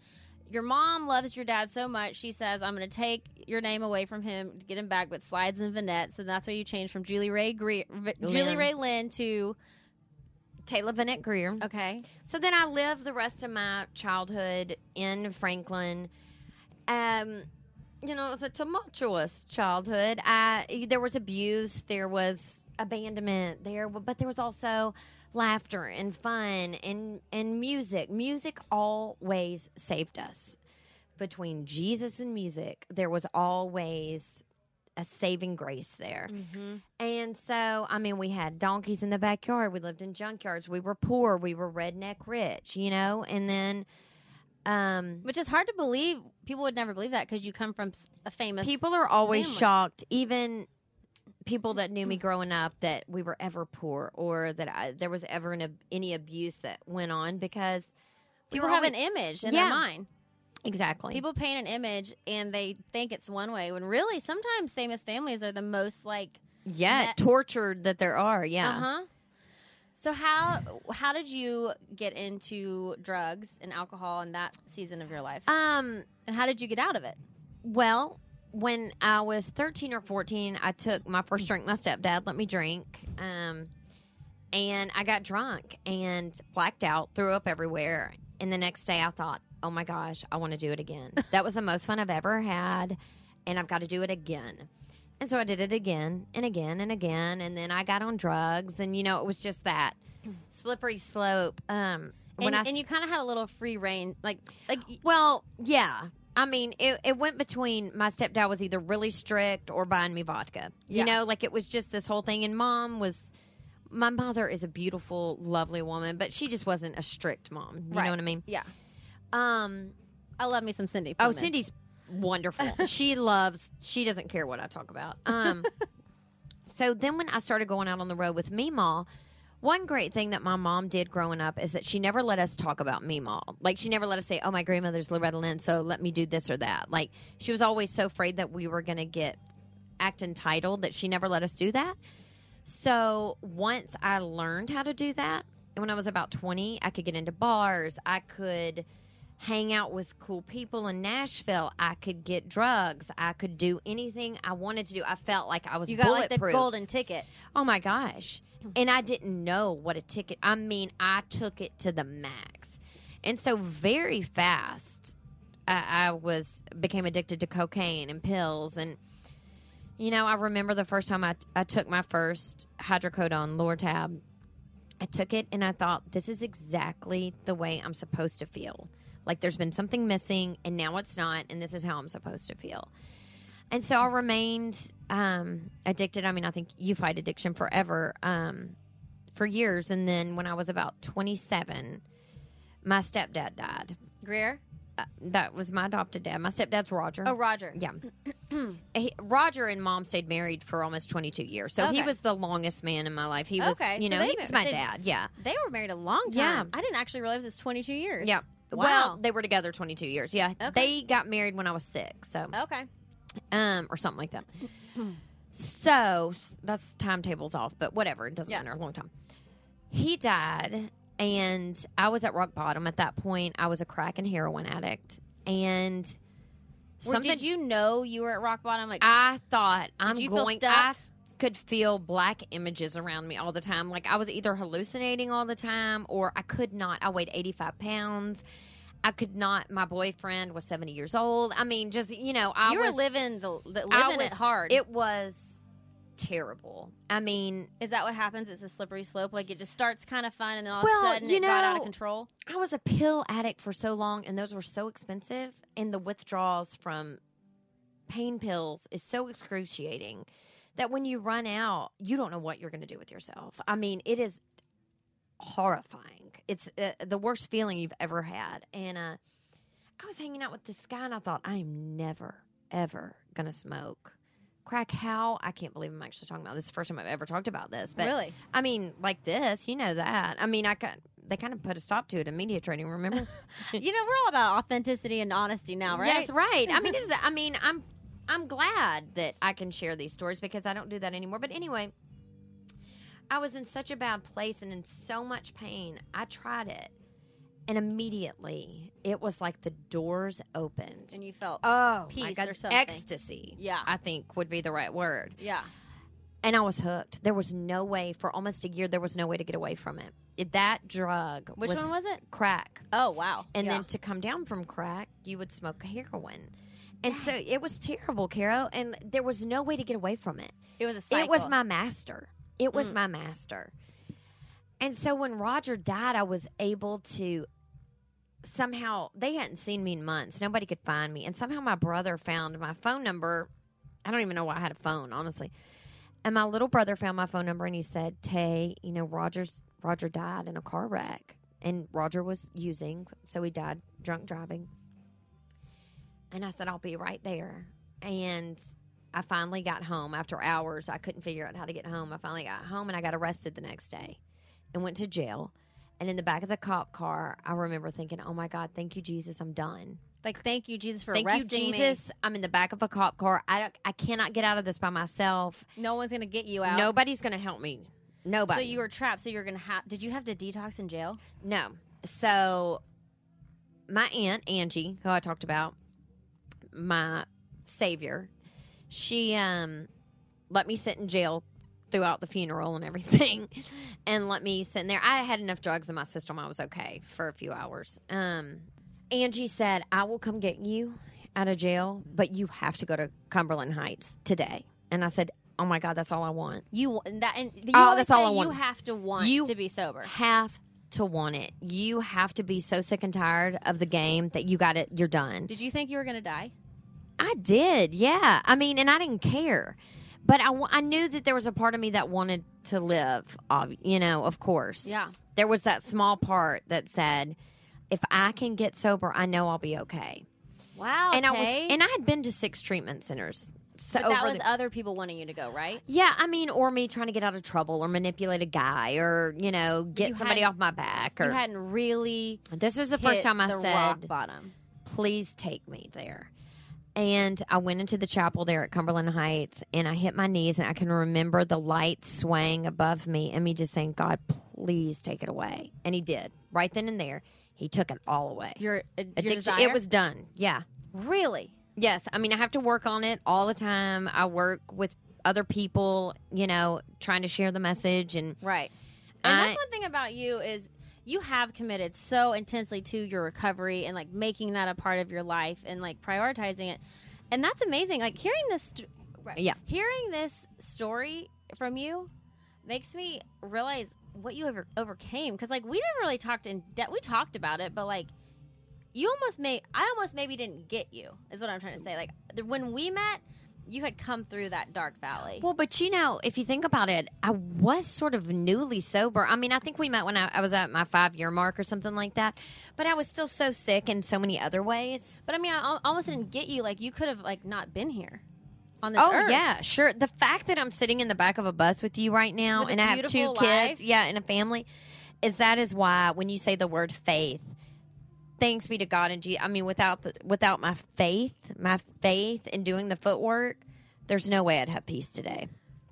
S1: Your mom loves your dad so much, she says, "I'm going to take your name away from him to get him back." But slides in Vanette, so that's why you change from Julie Ray Greer, v- Julie
S2: Lynn.
S1: Ray Lynn to
S2: Taylor Bennett Greer.
S1: okay.
S2: So then I lived the rest of my childhood in Franklin. Um, you know, it was a tumultuous childhood. I there was abuse, there was abandonment, there, w- but there was also laughter and fun and and music. Music always saved us. Between Jesus and music, there was always a saving grace there. And so, I mean, we had donkeys in the backyard. We lived in junkyards. We were poor. We were redneck rich, you know? And then um,
S1: Which is hard to believe. People would never believe that because you come from s- a famous
S2: people are always
S1: family.
S2: shocked, even people that knew me growing up, that we were ever poor or that I, there was ever an, ab- any abuse that went on because we
S1: People
S2: were
S1: have
S2: always-
S1: an image in
S2: Yeah.
S1: their mind.
S2: Exactly.
S1: People paint an image and they think it's one way when really sometimes famous families are the most like
S2: yeah,
S1: that-
S2: tortured that there are. Yeah.
S1: Uh-huh. So how how did you get into drugs and alcohol in that season of your life?
S2: Um,
S1: and how did you get out of it?
S2: Well, when I was 13 or 14, I took my first drink. My stepdad let me drink. Um, and I got drunk and blacked out, threw up everywhere. And the next day I thought, oh my gosh, I want to do it again. that was the most fun I've ever had. And I've got to do it again. And so I did it again and again and again. And then I got on drugs. And, you know, it was just that slippery slope. Um,
S1: and,
S2: when I
S1: and you kind of had a little free reign, like like y-
S2: well, yeah. I mean, it, it went between my stepdad was either really strict or buying me vodka.
S1: Yeah.
S2: You know, like it was just this whole thing. And mom was, my mother is a beautiful, lovely woman, but she just wasn't a strict mom. You know what I mean?
S1: Yeah.
S2: Um.
S1: I love me some Cindy.
S2: Oh,
S1: Pullman.
S2: Cindy's wonderful. she loves. She doesn't care what I talk about. Um. so then, when I started going out on the road with Meemaw, one great thing that my mom did growing up is that she never let us talk about Meemaw. Like she never let us say, "Oh, my grandmother's Loretta Lynn," so let me do this or that. Like she was always so afraid that we were going to get act entitled that she never let us do that. So once I learned how to do that, when I was about 20, I could get into bars. I could hang out with cool people in Nashville. I could get drugs. I could do anything I wanted to do. I felt like I was
S1: You got like the
S2: bulletproof.
S1: golden ticket.
S2: Oh my gosh. And I didn't know what a ticket I mean, I took it to the max. And so very fast I, I was became addicted to cocaine and pills and you know, I remember the first time I, I took my first hydrocodone Lortab. I took it and I thought this is exactly the way I'm supposed to feel. Like there's been something missing and now it's not and this is how I'm supposed to feel. And so I remained um, addicted. I mean, I think you fight addiction forever, um, for years. And then when I was about 27, my stepdad died.
S3: Greer.
S2: Uh, that was my adopted dad. My stepdad's Roger.
S3: Oh, Roger.
S2: Yeah. he, Roger and mom stayed married for almost 22 years. So he
S3: Okay.
S2: was the longest man in my life. He was,
S1: Okay,
S2: you
S1: so
S2: know,
S1: they
S2: he was my
S1: stayed-
S2: dad. Yeah.
S1: They were married a long time.
S2: Yeah.
S1: I didn't actually realize it's 22 years.
S2: Yeah.
S1: Wow.
S2: Well, they were together 22 years. Yeah.
S1: Okay.
S2: They got married when I was six. So.
S1: okay.
S2: um, or something like that. so s- that's timetables off, but whatever, it doesn't
S1: Yeah.
S2: matter. A long time. He died, and I was at rock bottom at that point. I was a crack and heroin addict, and
S1: Or
S2: something
S1: did you know you were at rock bottom? Like,
S2: I thought I'm
S1: you feel
S2: going.
S1: stuck?
S2: I f- could feel black images around me all the time. Like I was either hallucinating all the time, or I could not. I weighed 85 pounds. I could not. My boyfriend was 70 years old. I mean, just you know, I
S1: you were
S2: was
S1: living the, the living
S2: I
S1: it hard. Is
S2: It was terrible. I mean,
S1: that what happens? It's a slippery slope. Like it just starts kind of fun, and then all of
S2: Well,
S1: a sudden
S2: you
S1: it got out of
S2: know-
S1: control.
S2: I was a pill addict for so long, and those were so expensive, and the withdrawals from pain pills is so excruciating that when you run out, you don't know what you're going to do with yourself. I mean, it is horrifying. It's uh, the worst feeling you've ever had. And uh, I was hanging out with this guy, and I thought, I am never, ever going to smoke. Crack how? I can't believe I'm actually talking about this. It's the first time I've ever talked about this. But
S1: really?
S2: I mean, like this, you know that. I mean, I got they kind of put a stop to it in media training. Remember?
S1: you know, we're all about authenticity and honesty now, right?
S2: Yes, right. I mean, it's, I mean, I'm I'm glad that I can share these stories because I don't do that anymore. But anyway, I was in such a bad place and in so much pain. I tried it, and immediately it was like the doors opened.
S1: And you felt,
S2: oh, my
S1: peace
S2: God.
S1: or something.
S2: ecstasy.
S1: Yeah.
S2: I think would be the right word.
S1: yeah.
S2: and I was hooked. There was no way for almost a year. There was no way to get away from it. It- That drug.
S1: Which one was it?
S2: Crack.
S1: Oh wow.
S2: And
S1: Yeah.
S2: then to come down from crack, you would smoke heroin. And so it was terrible, Caro. And there was no way to get away from it.
S1: it was a cycle.
S2: It was my master. It was my master. And so when Roger died, I was able to somehow, they hadn't seen me in months. Nobody could find me. And somehow my brother found my phone number. I don't even know why I had a phone, honestly. And my little brother found my phone number and he said, Tay, you know, Roger's Roger died in a car wreck. And Roger was using, so he died drunk driving. And I said, I'll be right there. And I finally got home after hours. I couldn't figure out how to get home. I finally got home and I got arrested the next day and went to jail. And in the back of the cop car, I remember thinking, oh my God, thank you, Jesus, I'm done.
S1: like, thank you, Jesus, for
S2: Thank you,
S1: arresting me.
S2: Jesus. I'm in the back of a cop car. I, don't- I cannot get out of this by myself.
S1: No one's gonna get you out.
S2: Nobody's going to help me. Nobody.
S1: So you were trapped. So you're gonna have. Did you have to detox in jail?
S2: No. So my aunt Angie, who I talked about, my savior, she um let me sit in jail throughout the funeral and everything and let me sit in there. I had enough drugs in my system. I was okay for a few hours. Um Angie said, "I will come get you out of jail, but you have to go to Cumberland Heights today." And I said, "Oh my god, that's all I want."
S1: You and that and you
S2: Oh,
S1: always
S2: that's all
S1: say
S2: I
S1: You
S2: wanted.
S1: have to want
S2: You
S1: to be sober.
S2: Have to want it. You have to be so sick and tired of the game that you got it. You're done.
S1: Did you think you were going to die?
S2: I did, yeah. I mean, and I didn't care, but I, wa- I knew that there was a part of me that wanted to live. ob- You know, of course.
S1: Yeah.
S2: There was that small part that said, "If I can get sober, I know I'll be okay."
S1: Wow.
S2: and I was,
S1: Tay.
S2: and I had been to six treatment centers. So
S1: but that
S2: over
S1: was
S2: the-
S1: other people wanting you to go, right?
S2: yeah, I mean, or me trying to get out of trouble, or manipulate a guy, or you know, get
S1: you
S2: somebody
S1: hadn't-
S2: off my back. Or
S1: You hadn't really.
S2: this was the first
S1: hit
S2: time I
S1: the
S2: said,
S1: rock bottom.
S2: please take me there. And I went into the chapel there at Cumberland Heights and I hit my knees and I can remember the light swaying above me and me just saying, God, please take it away. And he did. Right then and there, he took it all away.
S1: Your, uh, your
S2: Addiction
S1: desire?
S2: it was done. Yeah.
S1: really.
S2: Yes. I mean I have to work on it all the time. I work with other people, you know, trying to share the message and
S1: Right. And
S2: I-
S1: that's one thing about you is you have committed so intensely to your recovery and like making that a part of your life and like prioritizing it. And that's amazing. Like hearing this st- right.
S2: Yeah.
S1: Hearing this story from you makes me realize what you over- overcame cuz like we never really talked in depth. We talked about it, but like you almost may I almost maybe didn't get you. Is what I'm trying to say. Like the, when we met, you had come through that dark valley.
S2: Well, but you know, if you think about it, I was sort of newly sober. I mean, I think we met when I, I was at my five year mark or something like that, but I was still so sick in so many other ways.
S1: But I mean, I al- almost didn't get you. Like you could have like not been here on this.
S2: oh,
S1: earth.
S2: yeah, sure. The fact that I'm sitting in the back of a bus with you right now
S1: With a
S2: and I have two
S1: beautiful life.
S2: kids, yeah, and a family, is that is why when you say the word faith, thanks be to God and Jesus. I mean, without the, without my faith, my faith in doing the footwork, there's no way I'd have peace today.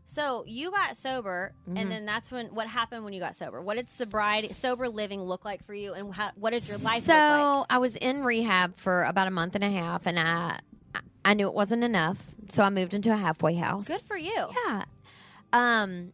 S1: So you got sober,
S2: Mm-hmm.
S1: and then that's when what happened when you got sober. What did sobriety, sober living look like for you, and how, what did your life
S2: so
S1: look
S2: I was in rehab for about a month and a half, and I I knew it wasn't enough, so I moved into a halfway house.
S1: like? Good for you.
S2: Yeah. Um,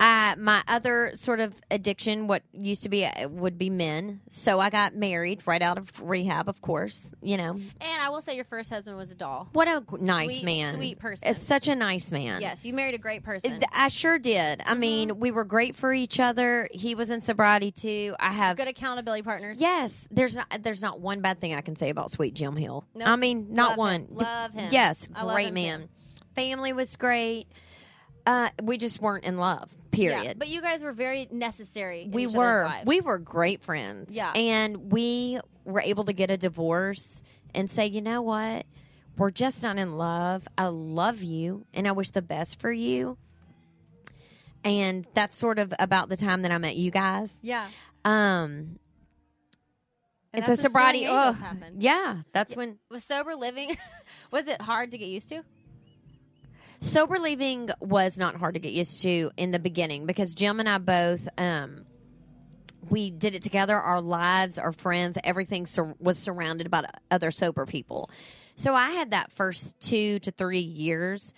S2: I my other sort of addiction, what used to be uh, would be men, so I got married right out of rehab. Of course, you know
S1: And I will say, your first husband was a doll.
S2: what a g- nice
S1: Sweet,
S2: man,
S1: sweet person.
S2: It's such a nice man.
S1: Yes, Mm-hmm. you married a great person.
S2: Th- I sure did. I mean, we were great for each other. He was in sobriety too. I have
S1: Good accountability partners.
S2: Yes, there's not there's not one bad thing I can say about Sweet Jim Hill.
S1: Nope.
S2: I mean, not
S1: Love
S2: one.
S1: him. Love him.
S2: Yes,
S1: I love
S2: great
S1: him, too.
S2: man. Family was great. Uh, we just weren't in love.
S1: Yeah,
S2: Period.
S1: But you guys were very necessary. in
S2: we
S1: each other's
S2: were
S1: lives.
S2: we were great friends.
S1: Yeah.
S2: and we were able to get a divorce and say, you know what, we're just not in love. I love you, and I wish the best for you. And that's sort of about the time that I met you guys.
S1: Yeah.
S2: Um,
S1: And that's
S2: it's a
S1: when
S2: sobriety.
S1: Seeing Angels
S2: oh,
S1: happened.
S2: yeah, that's when
S1: Was sober living? was it hard to get used to?
S2: sober leaving was not hard to get used to in the beginning because Jim and I both um we did it together. Our lives, our friends, everything sur- was surrounded by other sober people. So I had that first two to three years.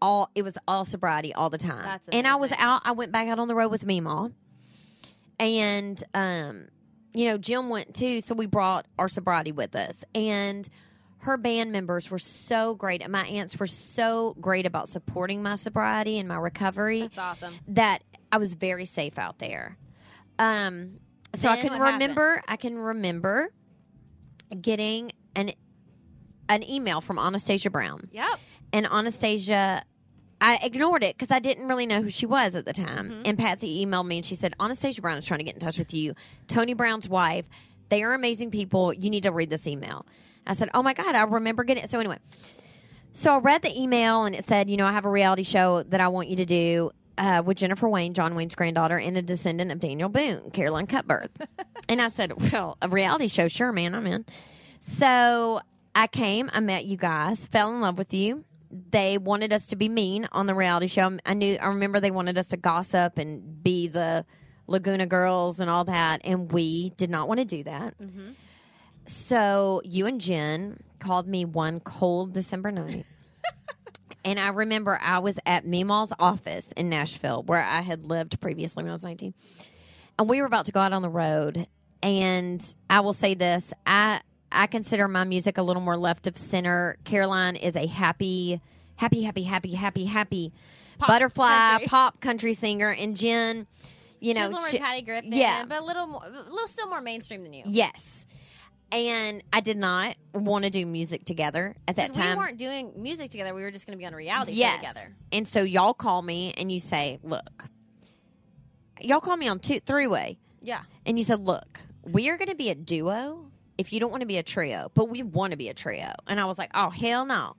S2: All it was all sobriety all the time,
S1: That's
S2: and I was
S1: amazing.
S2: out. I went back out on the road with Mima, and um, you know Jim went too. So we brought our sobriety with us, and her band members were so great, and my aunts were so great about supporting my sobriety and my recovery
S1: That's awesome.
S2: that I was very safe out there. Um, so I
S1: Then
S2: can
S1: what
S2: remember, I can remember getting an an email from Anastasia Brown,
S1: Yep.
S2: and Anastasia. I ignored it because I didn't really know who she was at the time. And Patsy emailed me and she said, Anastasia Brown is trying to get in touch with you. Tony Brown's wife. They are amazing people. You need to read this email. I said, Oh my God, I remember getting it. So, anyway, so I read the email and it said, you know, I have a reality show that I want you to do uh, with Jennifer Wayne, John Wayne's granddaughter, and a descendant of Daniel Boone, Caroline Cutbirth. and I said, well, a reality show, sure, man, I'm in. So I came, I met you guys, fell in love with you. They wanted us to be mean on the reality show. I knew, I remember they wanted us to gossip and be the Laguna girls and all that, and we did not want to do that. So you and Jen called me one cold December night. and I remember I was at Mimal's office in Nashville where I had lived previously when I was 19. And we were about to go out on the road. And I will say this I, I consider my music a little more left of center. Caroline is a happy, happy, happy, happy, happy, happy butterfly
S1: country.
S2: pop country singer. And Jen. You know,
S1: she was a little
S2: she-
S1: more Patty Griffin,
S2: yeah.
S1: but a little more, a little still more mainstream than you.
S2: yes. And I did not want to do music together at that
S1: 'Cause we
S2: time.
S1: weren't doing music together. We were just going to be on a reality
S2: yes.
S1: show together.
S2: And so y'all call me and you say, "Look, y'all call me on two three way."
S1: Yeah,
S2: and you said, "Look, we are going to be a duo. If you don't want to be a trio, but we want to be a trio," and I was like, "Oh hell no,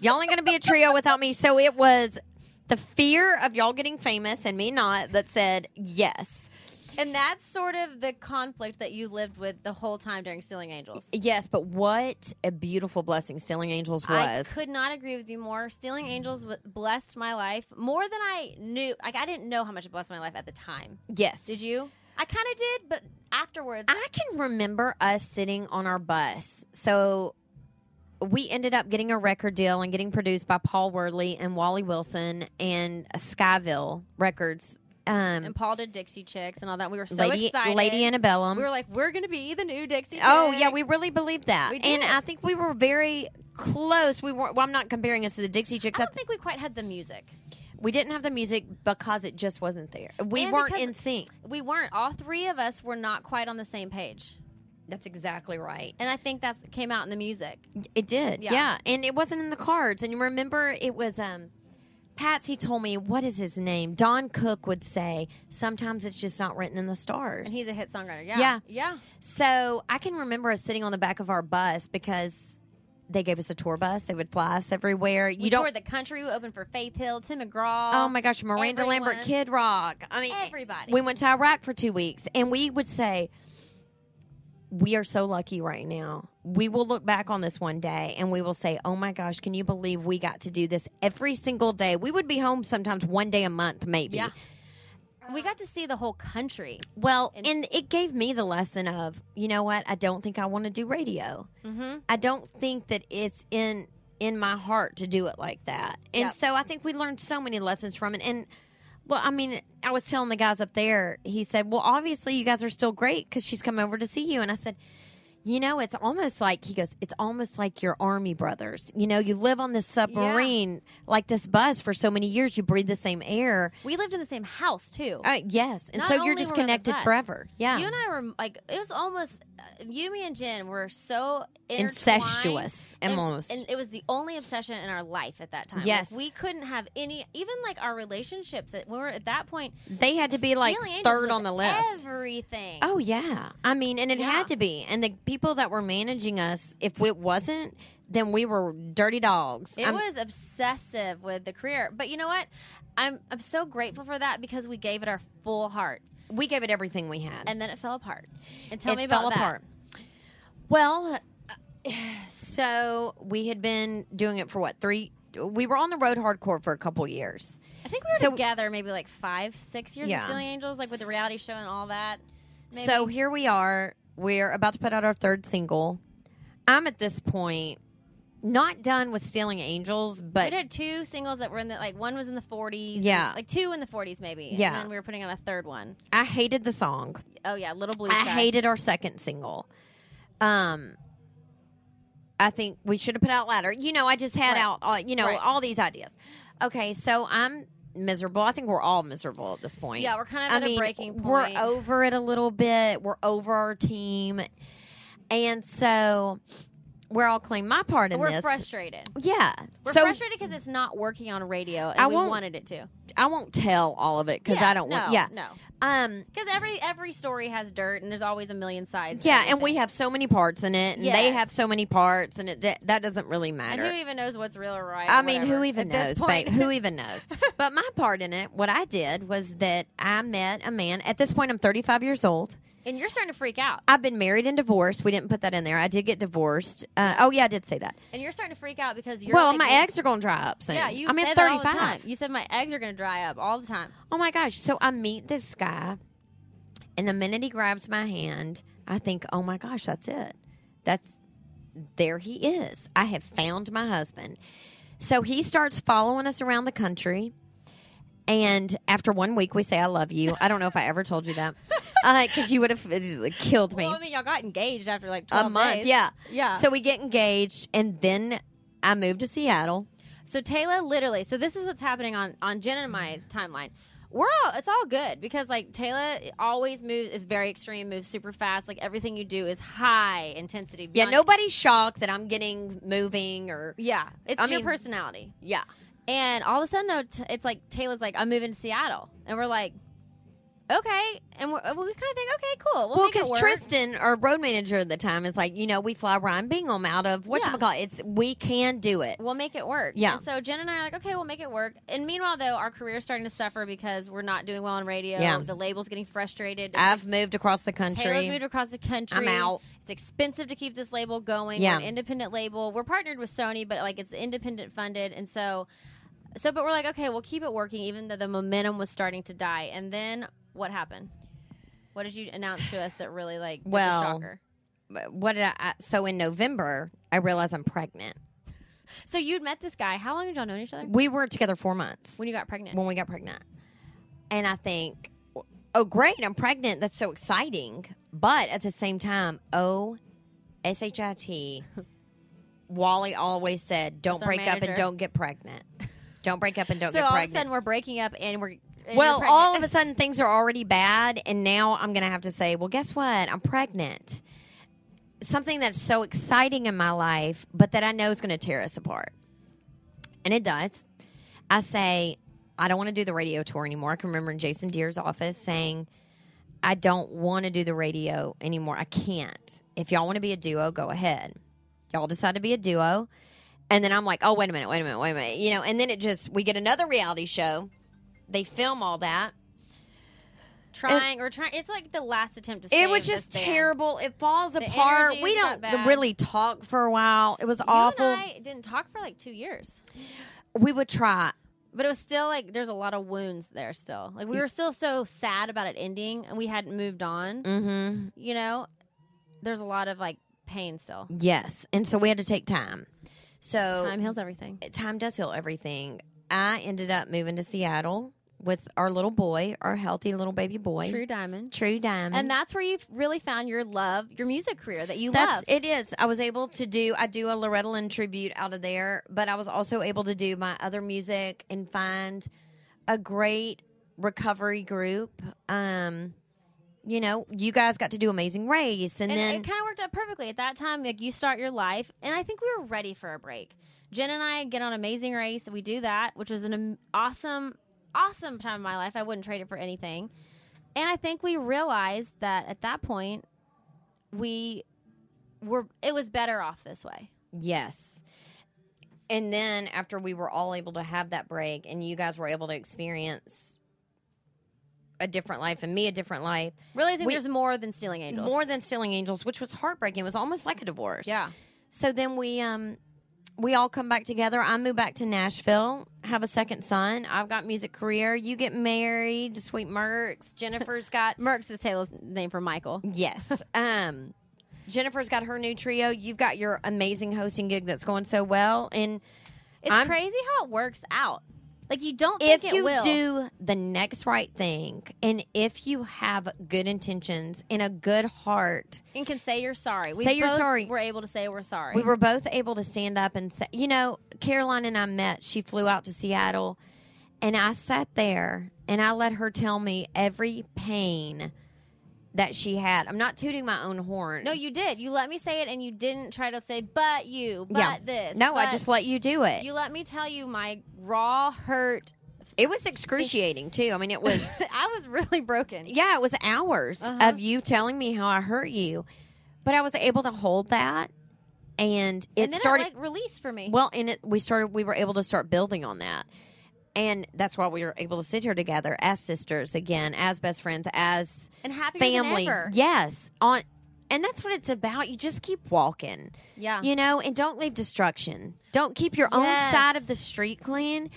S2: y'all ain't going to be a trio without me." So it was the fear of y'all getting famous and me not that said yes,
S1: and that's sort of the conflict that you lived with the whole time during Stealing Angels.
S2: yes. But what a beautiful blessing Stealing Angels
S1: I
S2: was.
S1: could not agree with you more. Stealing Angels w- blessed my life more than I knew. Like I didn't know how much it blessed my life at the time.
S2: yes,
S1: Did you? I kind of did, but afterwards,
S2: I can remember us sitting on our bus. So we ended up getting a record deal and getting produced by Paul Wordley and Wally Wilson and Skyville Records. Um,
S1: and Paul did Dixie Chicks and all that. We were so
S2: Lady,
S1: excited.
S2: Lady Antebellum.
S1: we were like, we're gonna be the new Dixie. Chicks.
S2: oh yeah, we really believed that,
S1: We did.
S2: and I think we were very close. We weren't. Well, I'm not comparing us to the Dixie Chicks.
S1: I
S2: I
S1: don't think we quite had the music.
S2: we didn't have the music because it just wasn't there. We
S1: And
S2: weren't
S1: because-
S2: in sync.
S1: We weren't. All three of us were not quite on the same page,
S2: That's exactly right.
S1: and I think that's came out in the music.
S2: It did,
S1: Yeah.
S2: yeah. And it wasn't in the cards. And you remember it was um Patsy told me what is his name? Don Cook would say, sometimes it's just not written in the stars.
S1: And he's a hit songwriter. Yeah,
S2: Yeah.
S1: yeah.
S2: so I can remember us sitting on the back of our bus because they gave us a tour bus. They would fly us everywhere.
S1: We
S2: you don't
S1: toured the country. We opened for Faith Hill, Tim McGraw.
S2: Oh my gosh, Miranda Lambert,
S1: everyone.
S2: Kid Rock. I mean,
S1: Everybody.
S2: We went to Iraq for two weeks, and we would say, "We are so lucky right now. We will look back on this one day, and we will say, oh my gosh, can you believe we got to do this every single day? We would be home sometimes one day a month, maybe.
S1: Yeah. We got to see the whole country.
S2: Well,
S1: And-
S2: and, it gave me the lesson of, you know what? I don't think I want to do radio.
S1: Mm-hmm.
S2: I don't think that it's in in my heart to do it like that. And
S1: Yep.
S2: so I think we learned so many lessons from it. And well, I mean, I was telling the guys up there. He said, "Well, obviously you guys are still great because she's come over to see you." And I said. You know, it's almost like he goes. It's almost like your army brothers. You know, you live on this submarine, like this bus, for so many years. You breathe the same air.
S1: We lived in the same house too.
S2: Uh, yes, and
S1: Not
S2: so
S1: only
S2: you're just
S1: were we on the
S2: connected
S1: bus,
S2: forever. Yeah,
S1: You and I were like, it was almost uh, you, me, and Jen were so intertwined.
S2: incestuous,
S1: And-
S2: almost.
S1: and it was the only obsession in our life at that time. Like,
S2: Yes.
S1: we couldn't have any, even like our relationships. That we were at that point,
S2: they had to be like
S1: Stealing Angels
S2: third
S1: was
S2: on the list.
S1: Everything.
S2: Oh yeah. I mean, and it
S1: Yeah.
S2: had to be. And the people that were managing us, if it wasn't, then we were dirty dogs.
S1: It
S2: I'm-
S1: was obsessive with the career, but you know what? I'm I'm so grateful for that because we gave it our full heart,
S2: we gave it everything we had.
S1: and then it fell apart. And tell
S2: It
S1: me about
S2: fell
S1: that.
S2: apart. Well, uh, so we had been doing it for what three? We were on the road hardcore for a couple years.
S1: I think we were
S2: So-
S1: together maybe like five, six years of
S2: Yeah.
S1: Stealing Angels, like with the reality show and all that. Maybe.
S2: So here we are. We're about to put out our third single. I'm at this point not done with stealing angels, but
S1: we had two singles that were in the like one was in the 40s and,
S2: Yeah.
S1: like two in the 40s maybe
S2: Yeah.
S1: and then we were putting on a third one.
S2: I hated the song.
S1: Oh yeah little blue
S2: I
S1: sky
S2: hated our second single. Um, I think we should have put out louder. You know, I just had
S1: Right.
S2: out, all, you know,
S1: Right.
S2: all these ideas. Okay, so I'm miserable. I think we're all miserable at this point.
S1: yeah we're kind of
S2: I
S1: at
S2: mean,
S1: a breaking point
S2: we're over it a little bit. We're over our team, and so we're all claim my part in
S1: we're
S2: this.
S1: frustrated
S2: Yeah,
S1: we're
S2: so
S1: frustrated because it's not working on radio and
S2: I
S1: we
S2: won't-
S1: wanted it to
S2: I won't tell all of it because
S1: Yeah,
S2: I don't want.
S1: no,
S2: Yeah,
S1: no
S2: um,
S1: because every every story has dirt and there's always a million sides to
S2: yeah, and
S1: everything.
S2: we have so many parts in it, and they
S1: Yes.
S2: have so many parts, and it d- that doesn't really matter.
S1: and who even knows what's real or right
S2: I
S1: or
S2: mean,
S1: whatever
S2: who even
S1: at this
S2: knows,
S1: point.
S2: babe? Who even knows? but my part in it, what I did was that I met a man. At this point, I'm 35 years old.
S1: and you're starting to freak out
S2: I've been married and divorced. We didn't put that in there. I did get divorced. Uh, oh yeah, I did say that.
S1: and you're starting to freak out because you're
S2: well,
S1: like,
S2: my eggs are going to dry up soon.
S1: yeah you
S2: I'm
S1: said
S2: at
S1: that all
S2: 35.
S1: the time. you said my eggs are gonna dry up all the time
S2: Oh my gosh! So I meet this guy, and the minute he grabs my hand, I think, "Oh my gosh, that's it. That's there he is. I have found my husband." So he starts following us around the country, and after one week, we say, "I love you." I don't know if I ever told you that because you would have killed me.
S1: well I mean y'all got engaged after like 12
S2: a month,
S1: days.
S2: yeah.
S1: yeah
S2: So we get engaged, and then I moved to Seattle.
S1: So Taylor literally, so this is what's happening on on Jen and my timeline. we're all it's all good because like Taylor always moves is very extreme, moves super fast. Like everything you do is high intensity.
S2: Yeah,
S1: beyond-
S2: nobody's shocked that I'm getting moving or
S1: Yeah, it's
S2: I
S1: your
S2: mean-
S1: personality.
S2: yeah.
S1: And all of a sudden though, t- it's like Taylor's like I'm moving to Seattle, and we're like, okay, and we're, we kind of think okay, cool. We'll
S2: Well,
S1: make it
S2: because
S1: work.
S2: Tristan, our road manager at the time, is like, you know, we fly Ryan Bingham out of what
S1: Yeah.
S2: you call it's we can do it.
S1: We'll make it work.
S2: Yeah.
S1: And so Jen and I are like, okay, we'll make it work. And meanwhile, though, our career's starting to suffer because we're not doing well on radio.
S2: Yeah.
S1: The label's getting frustrated. It's
S2: I've
S1: ex-
S2: moved across the
S1: Taylor's
S2: country.
S1: moved across the country.
S2: I'm out.
S1: It's expensive to keep this label going.
S2: Yeah.
S1: We're an independent label. We're partnered with Sony, but like it's independent funded, and so, so but we're like, okay, we'll keep it working, even though the momentum was starting to die. And then what happened? What did you announce to us that really like was a
S2: Well,
S1: shocker?
S2: what did I, I? So in November, I realized I'm pregnant.
S1: So you'd met this guy. How long had y'all known each other?
S2: We were together four months
S1: When you got pregnant?
S2: when we got pregnant, and I think, oh great, I'm pregnant. That's so exciting. But at the same time, oh, s h i t. Wally always said, "Don't
S1: That's our
S2: break up
S1: manager.
S2: and don't get pregnant. Don't break up and don't
S1: so
S2: get
S1: all
S2: pregnant."
S1: of a sudden we're breaking up and we're and you're
S2: Well,
S1: pregnant.
S2: all of a sudden things are already bad, and now I'm going to have to say, well, guess what? I'm pregnant. Something that's so exciting in my life, but that I know is going to tear us apart. And it does. I say, I don't want to do the radio tour anymore. I can remember in Jason Deere's office saying, I don't want to do the radio anymore. I can't. If y'all want to be a duo, go ahead. Y'all decide to be a duo. And then I'm like, oh, wait a minute, wait a minute, wait a minute. You know, and then it just, we get another reality show. They film all that.
S1: trying or trying. It's like the last attempt to. Save
S2: it was
S1: this
S2: just
S1: band.
S2: terrible. It falls
S1: The
S2: apart.
S1: energy's
S2: We don't
S1: not bad.
S2: really talk for a while. It was
S1: You
S2: awful.
S1: and I didn't talk for like two years.
S2: we would try.
S1: But it was still like there's a lot of wounds there still. Like we were still so sad about it ending and we hadn't moved on.
S2: Mm-hmm.
S1: You know, there's a lot of like pain still.
S2: Yes, and so we had to take time. So
S1: Time heals everything.
S2: time does heal everything. I ended up moving to Seattle with our little boy, our healthy little baby boy,
S1: True diamond.
S2: True Diamond,
S1: And that's where you really found your love, your music career that you
S2: That's
S1: love.
S2: it is. I was able to do I do a Loretta Lynn tribute out of there, but I was also able to do my other music and find a great recovery group. Um you know, you guys got to do Amazing Race and,
S1: And
S2: then
S1: it kind of worked out perfectly. At that time, like you start your life, and I think we were ready for a break. Jen and I get on Amazing Race, and we do that, which was an am- awesome, awesome time of my life. I wouldn't trade it for anything. And I think we realized that at that point, we were it was better off this way.
S2: yes. And then after we were all able to have that break and you guys were able to experience a different life and me a different life,
S1: Realizing
S2: We-
S1: there's more than stealing angels.
S2: more than Stealing Angels, which was heartbreaking. It was almost like a divorce.
S1: yeah.
S2: So then we um we all come back together. I move back to Nashville, have a second son. I've got music career. You get married to Sweet Mercs. Jennifer's got
S1: Merck's is Taylor's name for Michael.
S2: yes. Um Jennifer's got her new trio. You've got your amazing hosting gig that's going so well. And
S1: It's
S2: I'm-
S1: crazy how it works out. Like you don't think
S2: if
S1: it
S2: you
S1: will.
S2: do the next right thing and if you have good intentions and a good heart,
S1: and can say you're sorry. We
S2: Say you're
S1: both
S2: sorry.
S1: We're able to say we're sorry.
S2: We were both able to stand up and say, you know, Caroline and I met. She flew out to Seattle, and I sat there and I let her tell me every pain that she had. I'm not tooting my own horn.
S1: No, you did. You let me say it, and you didn't try to say "but you," "but
S2: Yeah.
S1: this."
S2: no, I
S1: but-"
S2: just let you do it.
S1: you let me tell you my raw hurt.
S2: it was excruciating too. I mean, it was
S1: I was really broken.
S2: yeah, it was hours
S1: Uh-huh.
S2: of you telling me how I hurt you, but I was able to hold that, and it
S1: and then
S2: started.
S1: it, like released for me.
S2: Well, and it, we started. We were able to start building on that, and that's why we were able to sit here together as sisters again, as best friends, as
S1: and happier
S2: family.
S1: Than ever.
S2: Yes, on, and that's what it's about. You just keep walking,
S1: yeah.
S2: you know, and don't leave destruction. Don't keep your own
S1: Uh-huh. Yes.
S2: side of the street clean,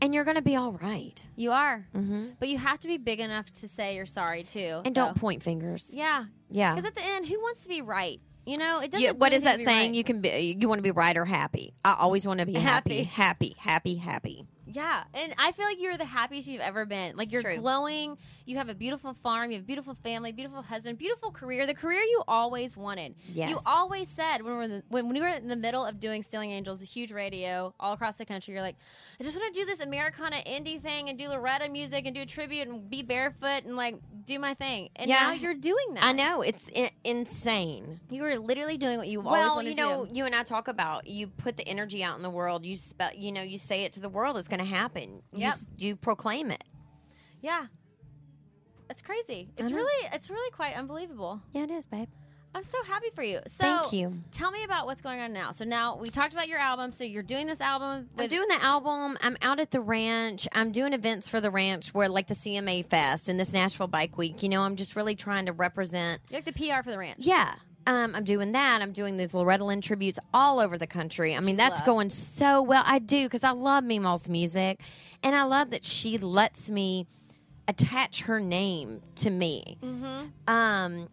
S2: and you're going to be all right.
S1: You are,
S2: Mm-hmm.
S1: but you have to be big enough to say you're sorry too,
S2: And don't
S1: though.
S2: point fingers.
S1: Yeah,
S2: Yeah.
S1: because at the end, who wants to be right? You know, it doesn't.
S2: You, what
S1: do
S2: is that
S1: anything to be
S2: saying? You can be. You want to be right or happy. I always want to be happy, happy, happy, happy.
S1: right. Yeah, and I feel like you're the happiest you've ever been. Like
S2: It's
S1: you're
S2: true.
S1: glowing. You have a beautiful farm. You have a beautiful family, beautiful husband, beautiful career. The career you always wanted.
S2: Yes.
S1: You always said when we were the, when we were in the middle of doing Stealing Angels, a huge radio all across the country. You're like, I just want to do this Americana indie thing and do Loretta music and do a tribute and be barefoot and like do my thing. And
S2: Yeah.
S1: now you're doing that.
S2: I know it's I- insane.
S1: you were literally doing what you always
S2: Well,
S1: wanted
S2: you know,
S1: to do.
S2: you and I talk about you put the energy out in the world. You spe- you know, you say it to the world. It's going to happen. You
S1: Yep.
S2: s- you proclaim it.
S1: Yeah. It's crazy.
S2: I
S1: It's
S2: know.
S1: really, it's really quite unbelievable.
S2: Yeah, it is, babe.
S1: I'm so happy for you. So
S2: Thank you.
S1: Tell me about what's going on now. So now we talked about your album. So you're doing this album.
S2: I'm
S1: With,
S2: doing the album. I'm out at the ranch. I'm doing events for the ranch where, like, the CMA Fest and this Nashville Bike Week. You know, I'm just really trying to represent.
S1: you're like the PR for the ranch.
S2: Yeah. Um, I'm doing that. I'm doing these Loretta Lynn tributes all over the country. I mean, that's
S1: love.
S2: going so well. I do because I love Mimal's music, and I love that she lets me attach her name to me.
S1: Mm-hmm.
S2: Um,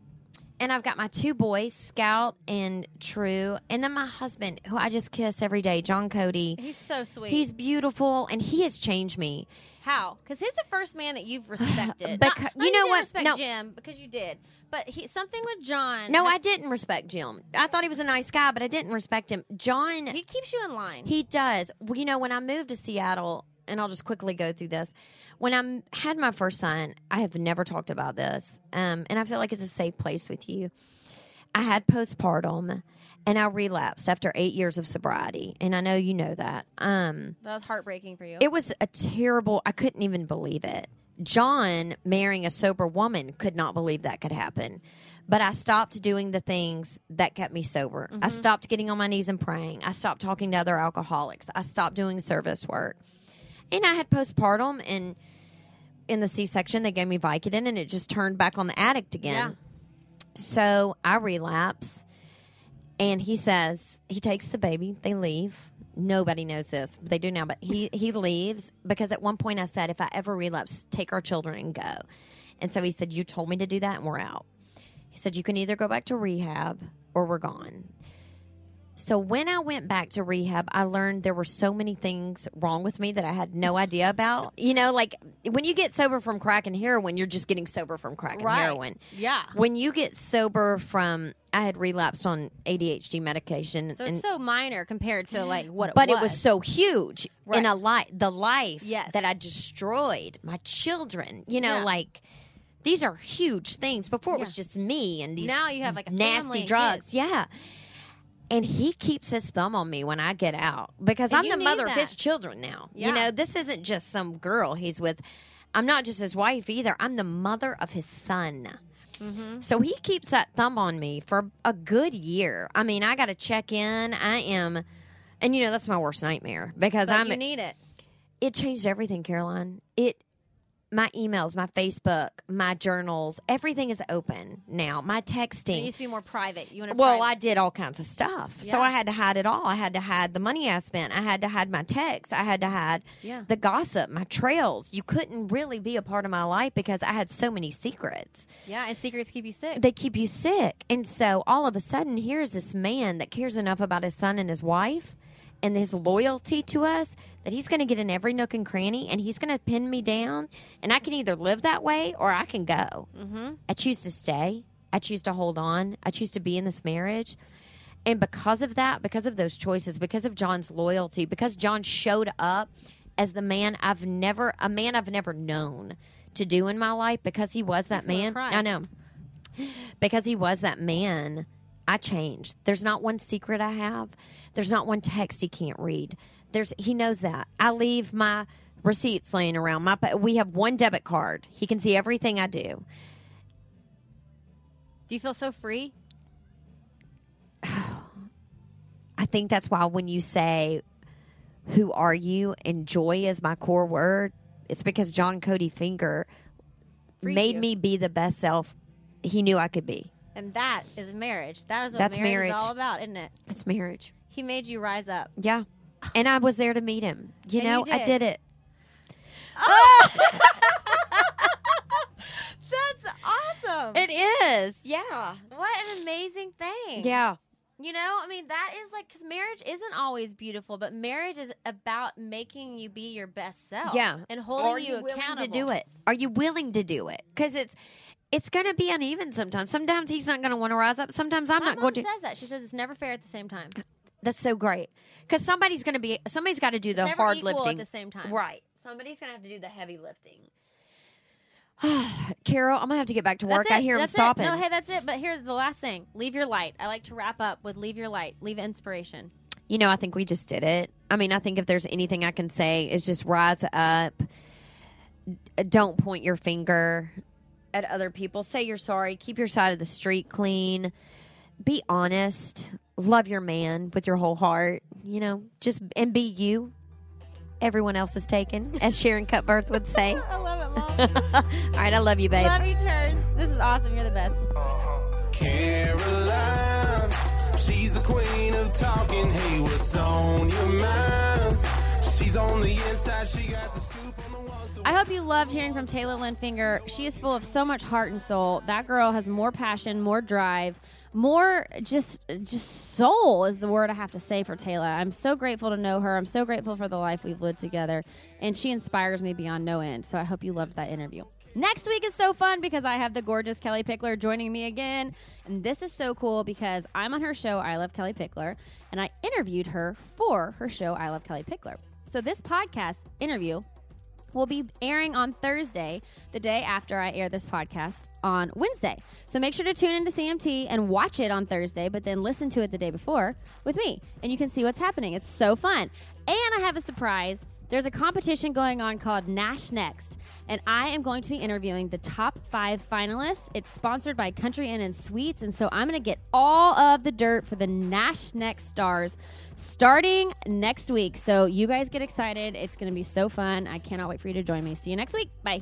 S2: and I've got my two boys, Scout and True, and then my husband, who I just kiss every day, John Cody.
S1: He's so sweet.
S2: He's beautiful, and he has changed me.
S1: how? Because he's the first man that you've respected.
S2: Becau-
S1: Not- not
S2: you know
S1: didn't
S2: what?
S1: Respect
S2: No.
S1: Jim because you did. But he something with John.
S2: No, I
S1: has-
S2: didn't respect Jim. I thought he was a nice guy, but I didn't respect him. John,
S1: He keeps you in line.
S2: he does. Well, you know, when I moved to Seattle, and I'll just quickly go through this. When I m- had my first son, I have never talked about this, um, and I feel like it's a safe place with you. I had postpartum, and I relapsed after eight years of sobriety, and I know you know that. Um,
S1: that was heartbreaking for you.
S2: It was a terrible. I couldn't even believe it. John marrying a sober woman could not believe that could happen. But I stopped doing the things that kept me sober. I stopped getting on my knees and praying. I stopped talking to other alcoholics. I stopped doing service work. And I had postpartum and in the C section they gave me Vicodin and it just turned back on the addict again.
S1: Yeah.
S2: So I relapse and he says he takes the baby, they leave. Nobody knows this, but they do now, but he he leaves because at one point I said if I ever relapse, take our children and go. And so he said you told me to do that and we're out. He said you can either go back to rehab or we're gone. So when I went back to rehab, I learned there were so many things wrong with me that I had no idea about. You know, like when you get sober from crack and heroin, you're just getting sober from crack and
S1: Right.
S2: heroin.
S1: yeah.
S2: When you get sober from, I had relapsed on ADHD medication,
S1: So
S2: and,
S1: it's so minor compared to like what. It
S2: but
S1: was.
S2: it was so huge
S1: Right.
S2: in a life, the life
S1: Yes.
S2: that I destroyed, my children. You know,
S1: Yeah.
S2: like these are huge things. Before it
S1: Yeah.
S2: was just me and these
S1: now you have like a family
S2: nasty
S1: and
S2: drugs.
S1: kids.
S2: Yeah. And he keeps his thumb on me when I get out because
S1: And
S2: I'm
S1: you
S2: the
S1: need
S2: mother of his
S1: that.
S2: children now.
S1: Yeah.
S2: You know, this isn't just some girl he's with. I'm not just his wife either. I'm the mother of his son.
S1: Mm-hmm.
S2: So he keeps that thumb on me for a good year. I mean, I got to check in. I am, and you know, that's my worst nightmare because
S1: But
S2: I'm
S1: you need it.
S2: it changed everything, Caroline. It my emails, my Facebook, my journals, everything is open now. My
S1: It
S2: texting.
S1: used to be more private. You want to.
S2: Well, I
S1: private.
S2: did all kinds of stuff. So
S1: Yeah.
S2: I had to hide it all. I had to hide the money I spent. I had to hide my texts. I had to hide
S1: Yeah.
S2: the gossip, my trails. You couldn't really be a part of my life because I had so many secrets.
S1: Yeah, and secrets keep you sick.
S2: They keep you sick. And so all of a sudden, here's this man that cares enough about his son and his wife and his loyalty to us that he's going to get in every nook and cranny and he's going to pin me down. And I can either live that way or I can go.
S1: mm-hmm.
S2: I choose to stay. I choose to hold on. I choose to be in this marriage. And because of that, because of those choices, because of John's loyalty, because John showed up as the man I've never, a man I've never known to do in my life, because he was that
S1: Makes me wanna
S2: man.
S1: cry.
S2: I know. Because he was that man, I changed. There's not one secret I have. There's not one text he can't read. There's he knows that. I leave my receipts laying around. My pa- we have one debit card. He can see everything I do.
S1: Do you feel so free?
S2: I think that's why when you say, Who are you? and joy is my core word, it's because John Cody Finger
S1: Freed
S2: made
S1: you.
S2: me be the best self he knew I could be.
S1: And that is marriage. That is what
S2: That's
S1: marriage,
S2: marriage.
S1: is all about, isn't it?
S2: It's marriage.
S1: He made you rise up.
S2: Yeah. And I was there to meet him. You
S1: And
S2: know,
S1: you
S2: I
S1: did.
S2: did it.
S1: That's awesome.
S2: It is. Yeah.
S1: what an amazing thing.
S2: Yeah.
S1: You know, I mean, that is like because marriage isn't always beautiful, but marriage is about making you be your best self.
S2: Yeah.
S1: and holding
S2: Are you, willing
S1: accountable
S2: to do it? Are you willing to do it? Because it's it's going to be uneven sometimes. Sometimes he's not going to want to rise up. Sometimes I'm
S1: My
S2: not
S1: mom
S2: going to.
S1: says that she says it's never fair at the same time.
S2: That's so great. Because somebody's going to be somebody's got to do the
S1: never
S2: hard
S1: equal
S2: lifting
S1: at the same time.
S2: Right. Somebody's gonna have to do the heavy lifting. Carol, I'm gonna have to get back to
S1: That's
S2: work. I
S1: it.
S2: hear
S1: That's
S2: him stopping.
S1: It. No, hey, that's it. But here's the last thing: leave your light. I like to wrap up with leave your light, leave inspiration.
S2: You know, I think we just did it. I mean, I think if there's anything I can say is just rise up. D- Don't point your finger at other people. Say you're sorry. Keep your side of the street clean. Be honest. Love your man with your whole heart. You know, just and be you. Everyone else is taken, as Sharon Cutbirth would say.
S1: I love it, mom.
S2: All right, I love you, babe.
S1: love you, Church. This is awesome. You're the best.
S4: Caroline, she's the queen of talking. Hey, what's on your mind? She's on the inside, she got the scoop on the ones to
S1: I hope you loved hearing from Taylor Lynn Finger. She is full of so much heart and soul. That girl has more passion, more drive, more just just soul is the word I have to say for Taylor. I'm so grateful to know her. I'm so grateful for the life we've lived together, and she inspires me beyond no end. So I hope you loved that interview. Next week is so fun because I have the gorgeous Kelly Pickler joining me again. And this is so cool because I'm on her show, I Love Kelly Pickler, and I interviewed her for her show, I Love Kelly Pickler. So this podcast interview will be airing on Thursday, the day after I air this podcast on Wednesday. So make sure to tune into CMT and watch it on Thursday, but then listen to it the day before with me, and you can see what's happening. It's so fun. And I have a surprise. There's a competition going on called Nash Next, and I am going to be interviewing the top five finalists. It's sponsored by Country Inn and Suites, and so I'm going to get all of the dirt for the Nash Next stars starting next week. So you guys get excited. It's going to be so fun. I cannot wait for you to join me. See you next week. Bye.